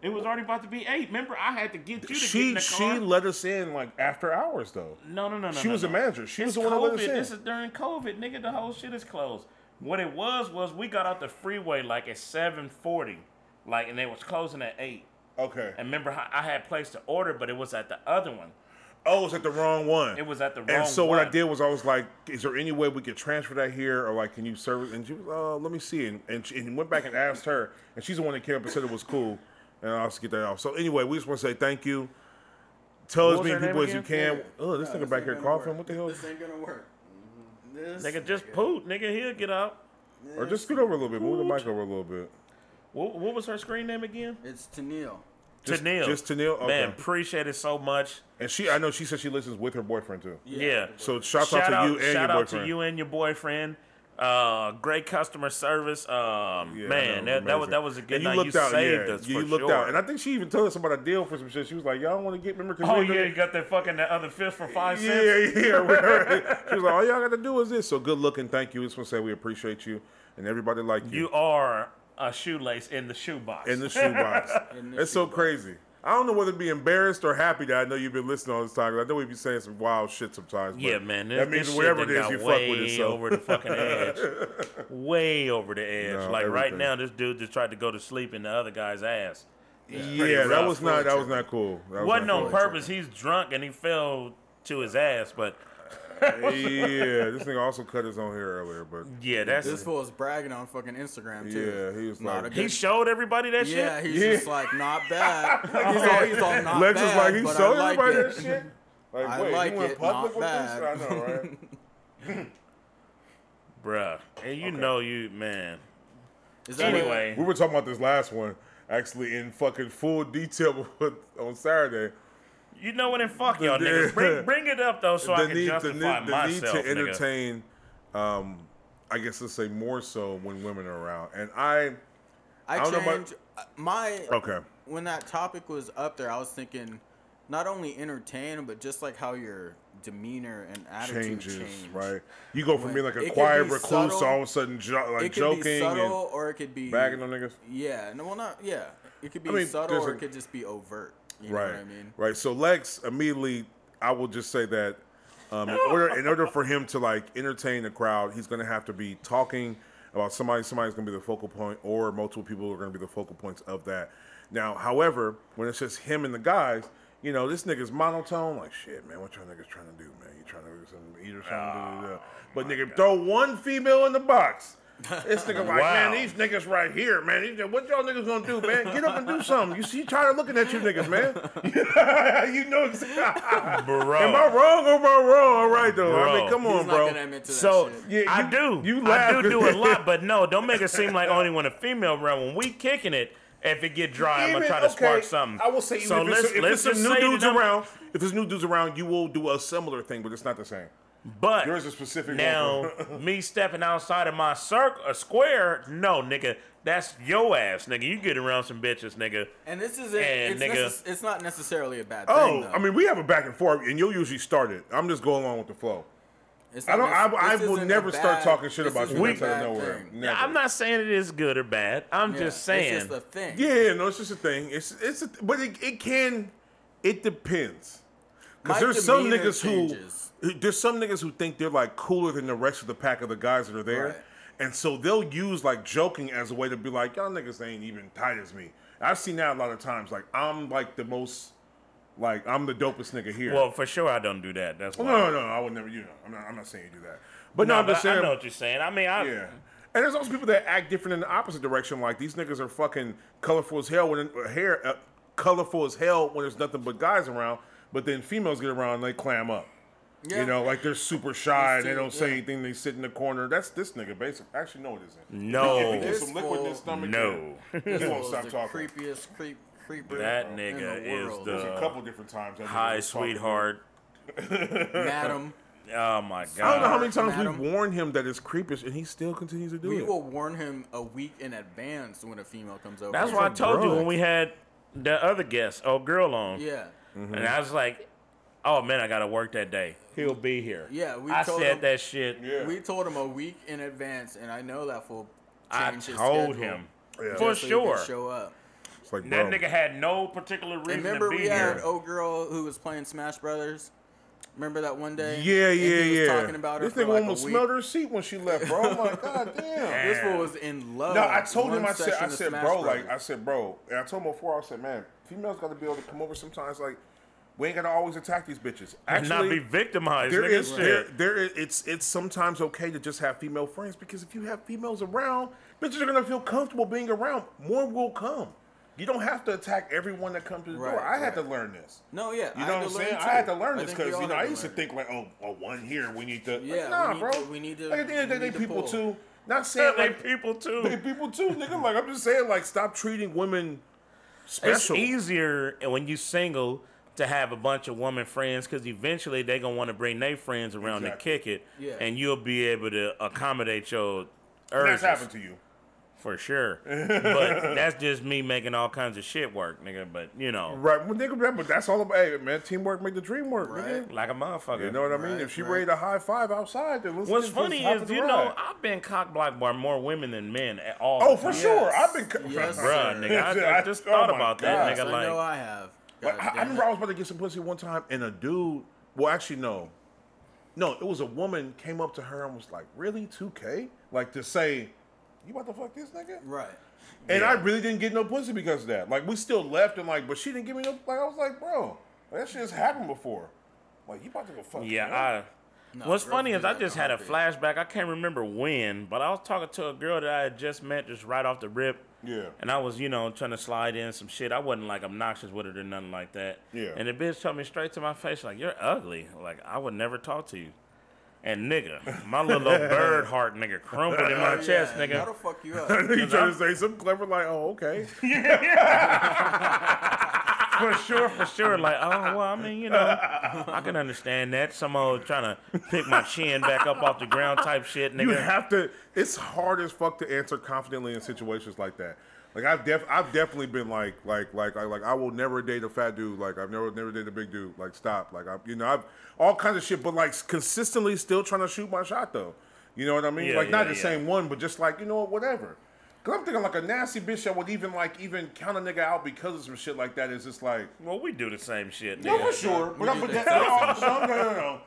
It was already about to be eight. Remember, I had to get you to get in
She
the
she
car.
let us in like after hours though.
no, no, no, no.
she
no,
was
no.
the manager. She was
It's
the one that let us
COVID.
in.
This is during COVID, nigga. The whole shit is closed. What it was was we got out the freeway like at seven forty, like, and they was closing at eight.
Okay.
And remember, how I had placed the order, but it was at the other one.
Oh, it was at the wrong one.
It was at the wrong
And so what I
one.
did was I was like, "Is there any way we could transfer that here, or like, can you serve it?" And she was, "Uh, let me see." And and, she, and went back and asked her, and she's the one that came up and said it was cool, and I also get that off. So anyway, we just want to say thank you. Tell
What
as
was her
many
name
people as you
again? Uh,
can. Oh, this
No,
nigga back
ain't
here
gonna
coughing.
work.
What the hell?
This ain't gonna work.
Mm-hmm.
This
Nigga just pooped. Nigga, he'll get out.
Or just scoot over a little bit. Move the mic over a little bit.
What, what was her screen name again?
It's Tennille.
Just-
Tennille.
just Tennille?
Man,
Okay.
appreciate it so much.
And she, I know she said she listens with her boyfriend too.
Yeah.
So shout,
shout
out to you
out,
and
shout
your
out
boyfriend.
to you and your boyfriend. Uh, great customer service. Um,
Yeah, I
man,
know,
that,
it
that was
amazing.
that was a good
and
night.
You looked out,
saved
yeah.
us
Yeah,
for
you looked
sure.
out, and I think she even told us about a deal for some shit. She was like, "Y'all want to get remember? 'cause
oh
we
yeah,
ain't
you got that fucking that other fish for five
gonna-
cents.
yeah, yeah." right. she was like, "All y'all got to do is this." So good looking, thank you. Just want to say we appreciate you and everybody like you,
You are a shoelace in the shoebox.
in the shoebox. it's so crazy. I don't know whether to be embarrassed or happy that I know you've been listening all this time. 'cause I know we be saying some wild shit sometimes. But
yeah, man. This,
That means
this
wherever
shit
it is,
done
you
got
fuck
way
with it. So
over the fucking edge, way over the edge.
No,
like right
everything.
now, this dude just tried to go to sleep in the other guy's ass.
yeah, that
rough.
was not that was not cool. That was
wasn't
not
on
cool.
purpose. He's drunk and he fell to his ass. But
Yeah, this nigga also cut his own hair earlier, but
yeah, that's
This fool was bragging on fucking Instagram too.
yeah, he was
Not
like,
a good
he showed everybody that
Yeah,
shit.
he's just like not bad. he's, all, he's all not
Lex is
bad.
like, he
but
sold
I like
everybody
it.
that shit. Like,
I
wait,
like
you went
it,
public
not
with
bad.
this? I know, right?
bruh. And you know you man.
Is that
we
Anyway,
were talking about this last one, actually, in fucking full detail on Saturday.
you know what? And fuck y'all
The-
niggas. Bring bring it up though, so I
the
can
need, the need,
justify
the
myself.
need to
nigga.
entertain, um, I guess let's say more so when women are around. And I,
I,
I don't know about-
changed uh, my
okay,
when that topic was up there. I was thinking not only entertain, but just like how your demeanor and attitude
changes,
change.
right? You go from
When-
being like
it
a
could
quiet
be
recluse
subtle.
to all of a sudden jo- like
It could
joking
be subtle or it could be
and bagging on niggas.
Yeah, no, well, not yeah. It could be
I mean,
subtle
there's
or
a-
it could just be overt. You
right.
know what I mean?
Right. So Lex immediately, I will just say that um, in order in order for him to like entertain the crowd, he's going to have to be talking about somebody. Somebody's going to be the focal point, or multiple people are going to be the focal points of that. Now, however, when it's just him and the guys. You know, this nigga's monotone. Like, shit, man, what y'all niggas trying to do, man? You trying to do something, eat or something? da, da, da. But, nigga, throw one female in the box. This nigga, like,
Wow.
man, these niggas right here, man. These, what y'all niggas gonna do, man? Get up and do something. You see, tired of looking at you niggas, man. you know, exactly. am
Bro.
I wrong or am I wrong? All right, though. I
Bro.
mean, come
Oh. He's
on,
not
bro.
gonna admit to that
So
shit.
Yeah,
I
you-
do.
you
I do
laugh.
do a lot, but no, don't make it seem like only when a female around. When we kicking it, if it get dry, I'm gonna
Even-
try to spark
okay,
something.
I will say, even
so.
if,
Let's
it's, if
let's
it's some
just
new
say
dudes
that I'm-
around, if there's new dudes around, you will do a similar thing, but it's not the same.
But
There is a specific one
now. me stepping outside of my circle, a square. No, nigga, that's your ass, nigga. You get around some bitches, nigga.
And this is
And
it's,
nigga-
necess- it's not necessarily a bad
Oh,
thing. though.
I mean, we have a back and forth, and you'll usually start it. I'm just going along with the flow.
It's
I
not
don't. I, I
nec- this
will
isn't a
never start
bad-
talking shit
this
about
isn't
you
a
out of
bad
nowhere.
thing.
Never.
I'm not saying it is good or bad. I'm
Yeah,
just saying.
It's just a thing.
Yeah, yeah, no, it's just a thing. It's it's a, but it, it can it depends.
My
Because there's some
demeanor
niggas
changes.
who there's some niggas who think they're like cooler than the rest of the pack of the guys that are there.
Right.
And so they'll use like joking as a way to be like, Y'all niggas ain't even tight as me. I've seen that a lot of times. Like I'm like the most like I'm the dopest nigga here.
well, for sure, I don't do that. That's why.
no, no, no, I would never you know, I'm not I'm not saying you do that. But no,
No,
I'm just
but I
saying
know what you're saying. I mean, I,
yeah. And there's also people that act different in the opposite direction. Like these niggas are fucking colorful as hell when uh, hair uh, colorful as hell when there's nothing but guys around. But then females get around and they clam up.
Yeah.
You know, like they're super shy.
These
They
two,
don't say
yeah.
anything. They sit in the corner. That's this nigga, basically. Actually, no, it isn't.
No.
If he gets
This
some liquid in his
fool-
stomach,
No.
he
This
won't
was
stop
the
talking.
creepiest creep creeper.
That
in
nigga
the
is
world.
the-
There's a couple different times. that nigga
hi,
was talking.
sweetheart.
madam.
Oh my god.
I don't know how many times
Madam.
we warned him that it's creepish, and he still continues to do
We
it.
will warn him a week in advance when a female comes over.
That's why I told you
Bro.
when we had the other guest, oh girl on.
Yeah.
And I was like, oh man, I gotta work that day. He'll be here.
Yeah, we
I
told
said
him-
that shit.
Yeah.
We told him a week in advance, and I know that fool.
I
changed his
told
schedule
him
Yeah.
for
so he could
sure.
Show up.
It's like,
That
bro,
nigga had no particular reason
remember
to be
we had
here.
old girl who was playing Smash Brothers. Remember that one day?
Yeah,
And he
yeah,
was
yeah.
Talking about her
this
for
nigga
like
almost
a week.
smelled her seat when she left, bro. I'm like, god damn.
This fool was in love.
No, I told
Uh, One
him. I said,
session
I
of
said,
Smash
bro,
Brothers.
like, I said, bro, and I told him before. I said, man, females got to be able to come over sometimes. Like, we ain't gotta always attack these bitches.
and
Actually,
not be victimized.
there
nigga.
is
Shit.
there, there is it's it's sometimes okay to just have female friends because if you have females around, bitches are gonna feel comfortable being around. More will come. You don't have to attack everyone that comes to the door. I
Right,
had to
right.
learn this.
No, yeah,
You know
I had
what I'm
to learn
saying? I
too.
had to learn
I
this
think we
because
all
you know
had
I
to
used to
learn.
think like, oh, well, one here, we need to.
Yeah,
like, nah,
we need
bro.
to- we need to-
Like, at the end of the
we
day,
need to
people
pull.
too. Not saying
They
like
people too.
Big people too, nigga. Like I'm just saying, like stop treating women
It's
special.
easier when you single to have a bunch of woman friends because eventually they gonna want to bring their friends around
Exactly.
to kick it,
Yeah.
and you'll be able to accommodate your urges
That's happened to you.
for sure. but that's just me making all kinds of shit work, nigga. But you know,
Right, well, nigga, remember that's all about. Hey, man, teamwork make the dream work, nigga.
Right.
like a motherfucker.
You know what I mean?
Right,
if she
right.
ready to high five outside, then let's
What's
just
funny
hop in
is
the
you
ride.
know I've been cockblocked by more women than men at all.
oh,
the
for
time.
sure, I've been. co-
Yes,
Bruh,
sir.
nigga, I, I just
Oh
thought
my
about
God.
that,
Yes,
nigga.
I know
Like,
I have.
Like, I,
God
I
damn
remember
it.
I was about to get some pussy one time, and a dude. Well, actually, no, no, it was a woman came up to her and was like, "Really, two K?" Like to say, "You about to fuck this nigga?"
Right.
And
Yeah.
I really didn't get no pussy because of that. Like we still left and like, but she didn't give me no. Like I was like, bro, like, that shit has happened before. Like you about to go fuck? me up.
yeah, I. What's
girls
funny
do
is I
that in
just
a
had a
heartbeat.
flashback. I can't remember when, but I was talking to a girl that I had just met just right off the rip.
Yeah.
And I was, you know, trying to slide in some shit. I wasn't like obnoxious with it or nothing like that.
Yeah.
And the bitch told me straight to my face, like, "You're ugly. Like I would never talk to you." And nigga, my little old bird heart, nigga, crumpled in my
Yeah,
chest,
That'll
nigga.
fuck you up.
you trying to say something clever like, oh okay.
For sure, for sure. Like, oh well, I mean, you know, I can understand that. Some old trying to pick my chin back up off the ground type shit, nigga.
You have to. It's hard as fuck to answer confidently in situations like that. Like I've def, I've definitely been like, like, like, I like I will never date a fat dude. Like I've never, never dated a big dude. Like stop. Like I, you know, I've all kinds of shit, but like consistently still trying to shoot my shot though. You know what I mean?
Yeah,
like not
yeah,
the
yeah.
same one, but just like you know what, whatever. Cause I'm thinking like a nasty bitch that would even like even count a nigga out because of some shit like that is just like
Well, we do the same shit.
no,
nigga.
for sure. But, I,
We
but
did
that, no, no, no, no.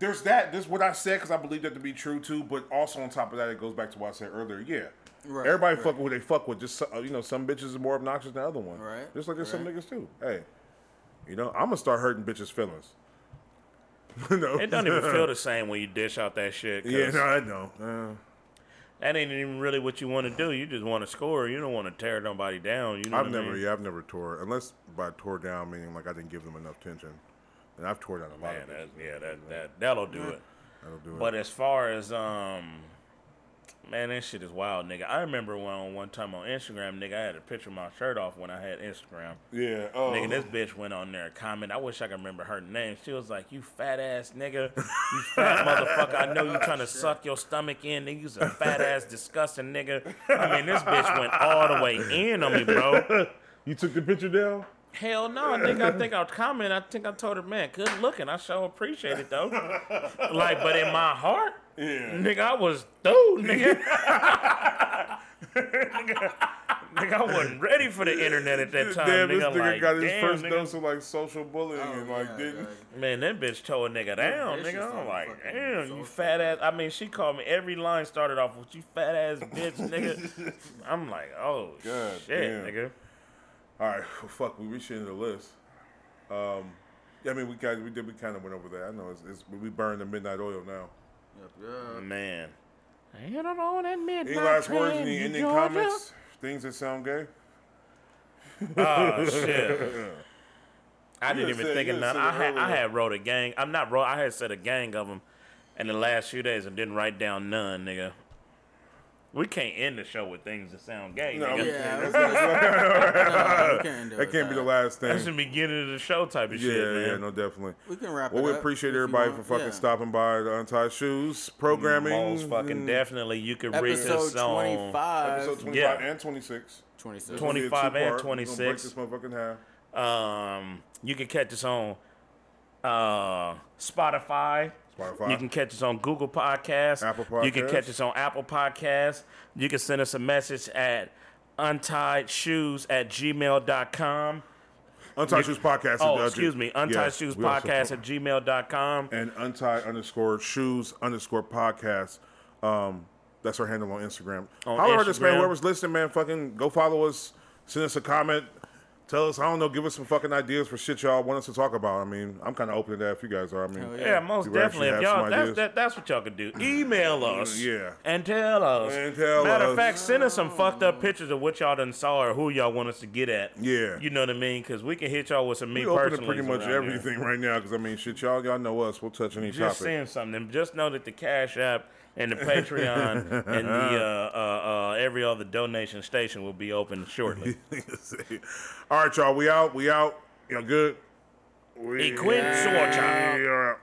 There's that. This is what I said because I believe that to be true too. But also on top of that, it goes back to what I said earlier. Yeah,
Right,
everybody
right.
fuck with who they fuck with. Just uh, you know, some bitches are more obnoxious than the other one.
Right,
Just like there's some
right.
niggas too. Hey, you know, I'm gonna start hurting bitches' feelings. You know?
It don't even feel the same when you dish out that shit. 'cause
yeah, no, I know. Uh,
That ain't even really what you want to do. You just want to score. You don't want to tear nobody down. You know
Uh, I've
what I
never,
mean?
yeah, I've never tore unless by tore down meaning like I didn't give them enough attention. And I've tore down a lot
Man,
of
that,
bitches.
yeah, that that that'll do it.
That'll do it.
But as far as um, man, that shit is wild, nigga. I remember one one time on Instagram, nigga, I had a picture of my shirt off when I had Instagram.
yeah, oh,
Nigga, this bitch went on there and comment. I wish I could remember her name. She was like, "You fat ass nigga, you fat motherfucker. I know you trying to suck your stomach in. Nigga, you's a fat ass disgusting nigga." I mean, this bitch went all the way in on me, bro.
you took the picture down.
Hell no, nigga. I think I was commenting. I think I told her, "Man, good looking. I sure appreciate it though." Like, but in my heart,
Yeah.
nigga, I was through, nigga. Nigga, Nigga, I wasn't ready for the internet at that time.
Damn, this
nigga,
nigga
like,
got his
damn,
first
nigga.
dose of like social bullying and like
Oh, yeah,
didn't.
dog.
Man, that bitch tore a nigga down,
bitch is
nigga. I'm
some
like,
fucking
damn, you
social
fat ass. I mean, she called me. Every line started off with you fat ass bitch, nigga. I'm like, oh
God
shit,
damn.
nigga.
All right, well, fuck, we reached the end of the list. Um, I mean, we got we did we kind of went over that. I know it's, it's we burned the midnight oil now.
Yep, yep.
Man, you don't know that midnight
Any last
train
words? Any
to
ending
Georgia?
comments? Things that sound gay?
Oh shit. I didn't
You
even
said-
think
you
of none.
said
I had I
earlier.
had wrote a gang. I'm not wrote. I had said a gang of them in the last few days and didn't write down none, nigga. We can't end the show with things that sound gay,
No,
nigga.
we-
Yeah, I was gonna say- No, we can't do
That
it,
can't be the
dog.
last thing.
That's the beginning of the show type of
yeah,
shit, man.
yeah, no, definitely.
We can wrap
Well,
it
we
up
appreciate
if you
everybody for
want.
fucking
Yeah.
stopping by the Untied Shoes programming.
Most fucking
Mm,
definitely. You can reach
Episode
us on
25.
Episode 25
Yeah.
and 26.
26.
It's gonna be a
25 and
two-part. We're gonna break
26.
this motherfucking half.
um you can catch us on uh, Spotify.
Spotify.
You can catch us on Google Podcasts.
Apple
You can catch
Podcasts.
us on Apple Podcasts. You can send us a message at untiedshoes at gmail.com.
Untied Shoes Podcast.
Oh,
uh,
excuse me.
yeah,
Untied Shoes
we also-
Podcast at gmail.com.
and untied underscore shoes underscore podcast. Um, that's our handle on Instagram.
On
Holler at us, man.
Instagram.
Whoever's listening, man, fucking go follow us. Send us a comment. Tell us, I don't know, give us some fucking ideas for shit y'all want us to talk about. I mean, I'm kind of open to that if you guys are. I mean,
Yeah, most
you actually
definitely. If
have some
y'all, that's
ideas.
that, that's what y'all can do. Email us.
yeah.
And tell us.
And tell
Matter
us.
of fact, send us some fucked up pictures of what y'all done saw or who y'all want us to get at.
Yeah.
You know what I mean? Because we can hit y'all with some me
we open to
personally.
pretty much everything right now because I mean, shit, y'all, y'all know us. We'll touch any
Just
topic.
saying something. Just know that the Cash App and the Patreon and the uh, uh, uh, every other donation station will be open shortly.
All right, y'all. We out. We out. Y'all good. We
Equin Swatch.
are out.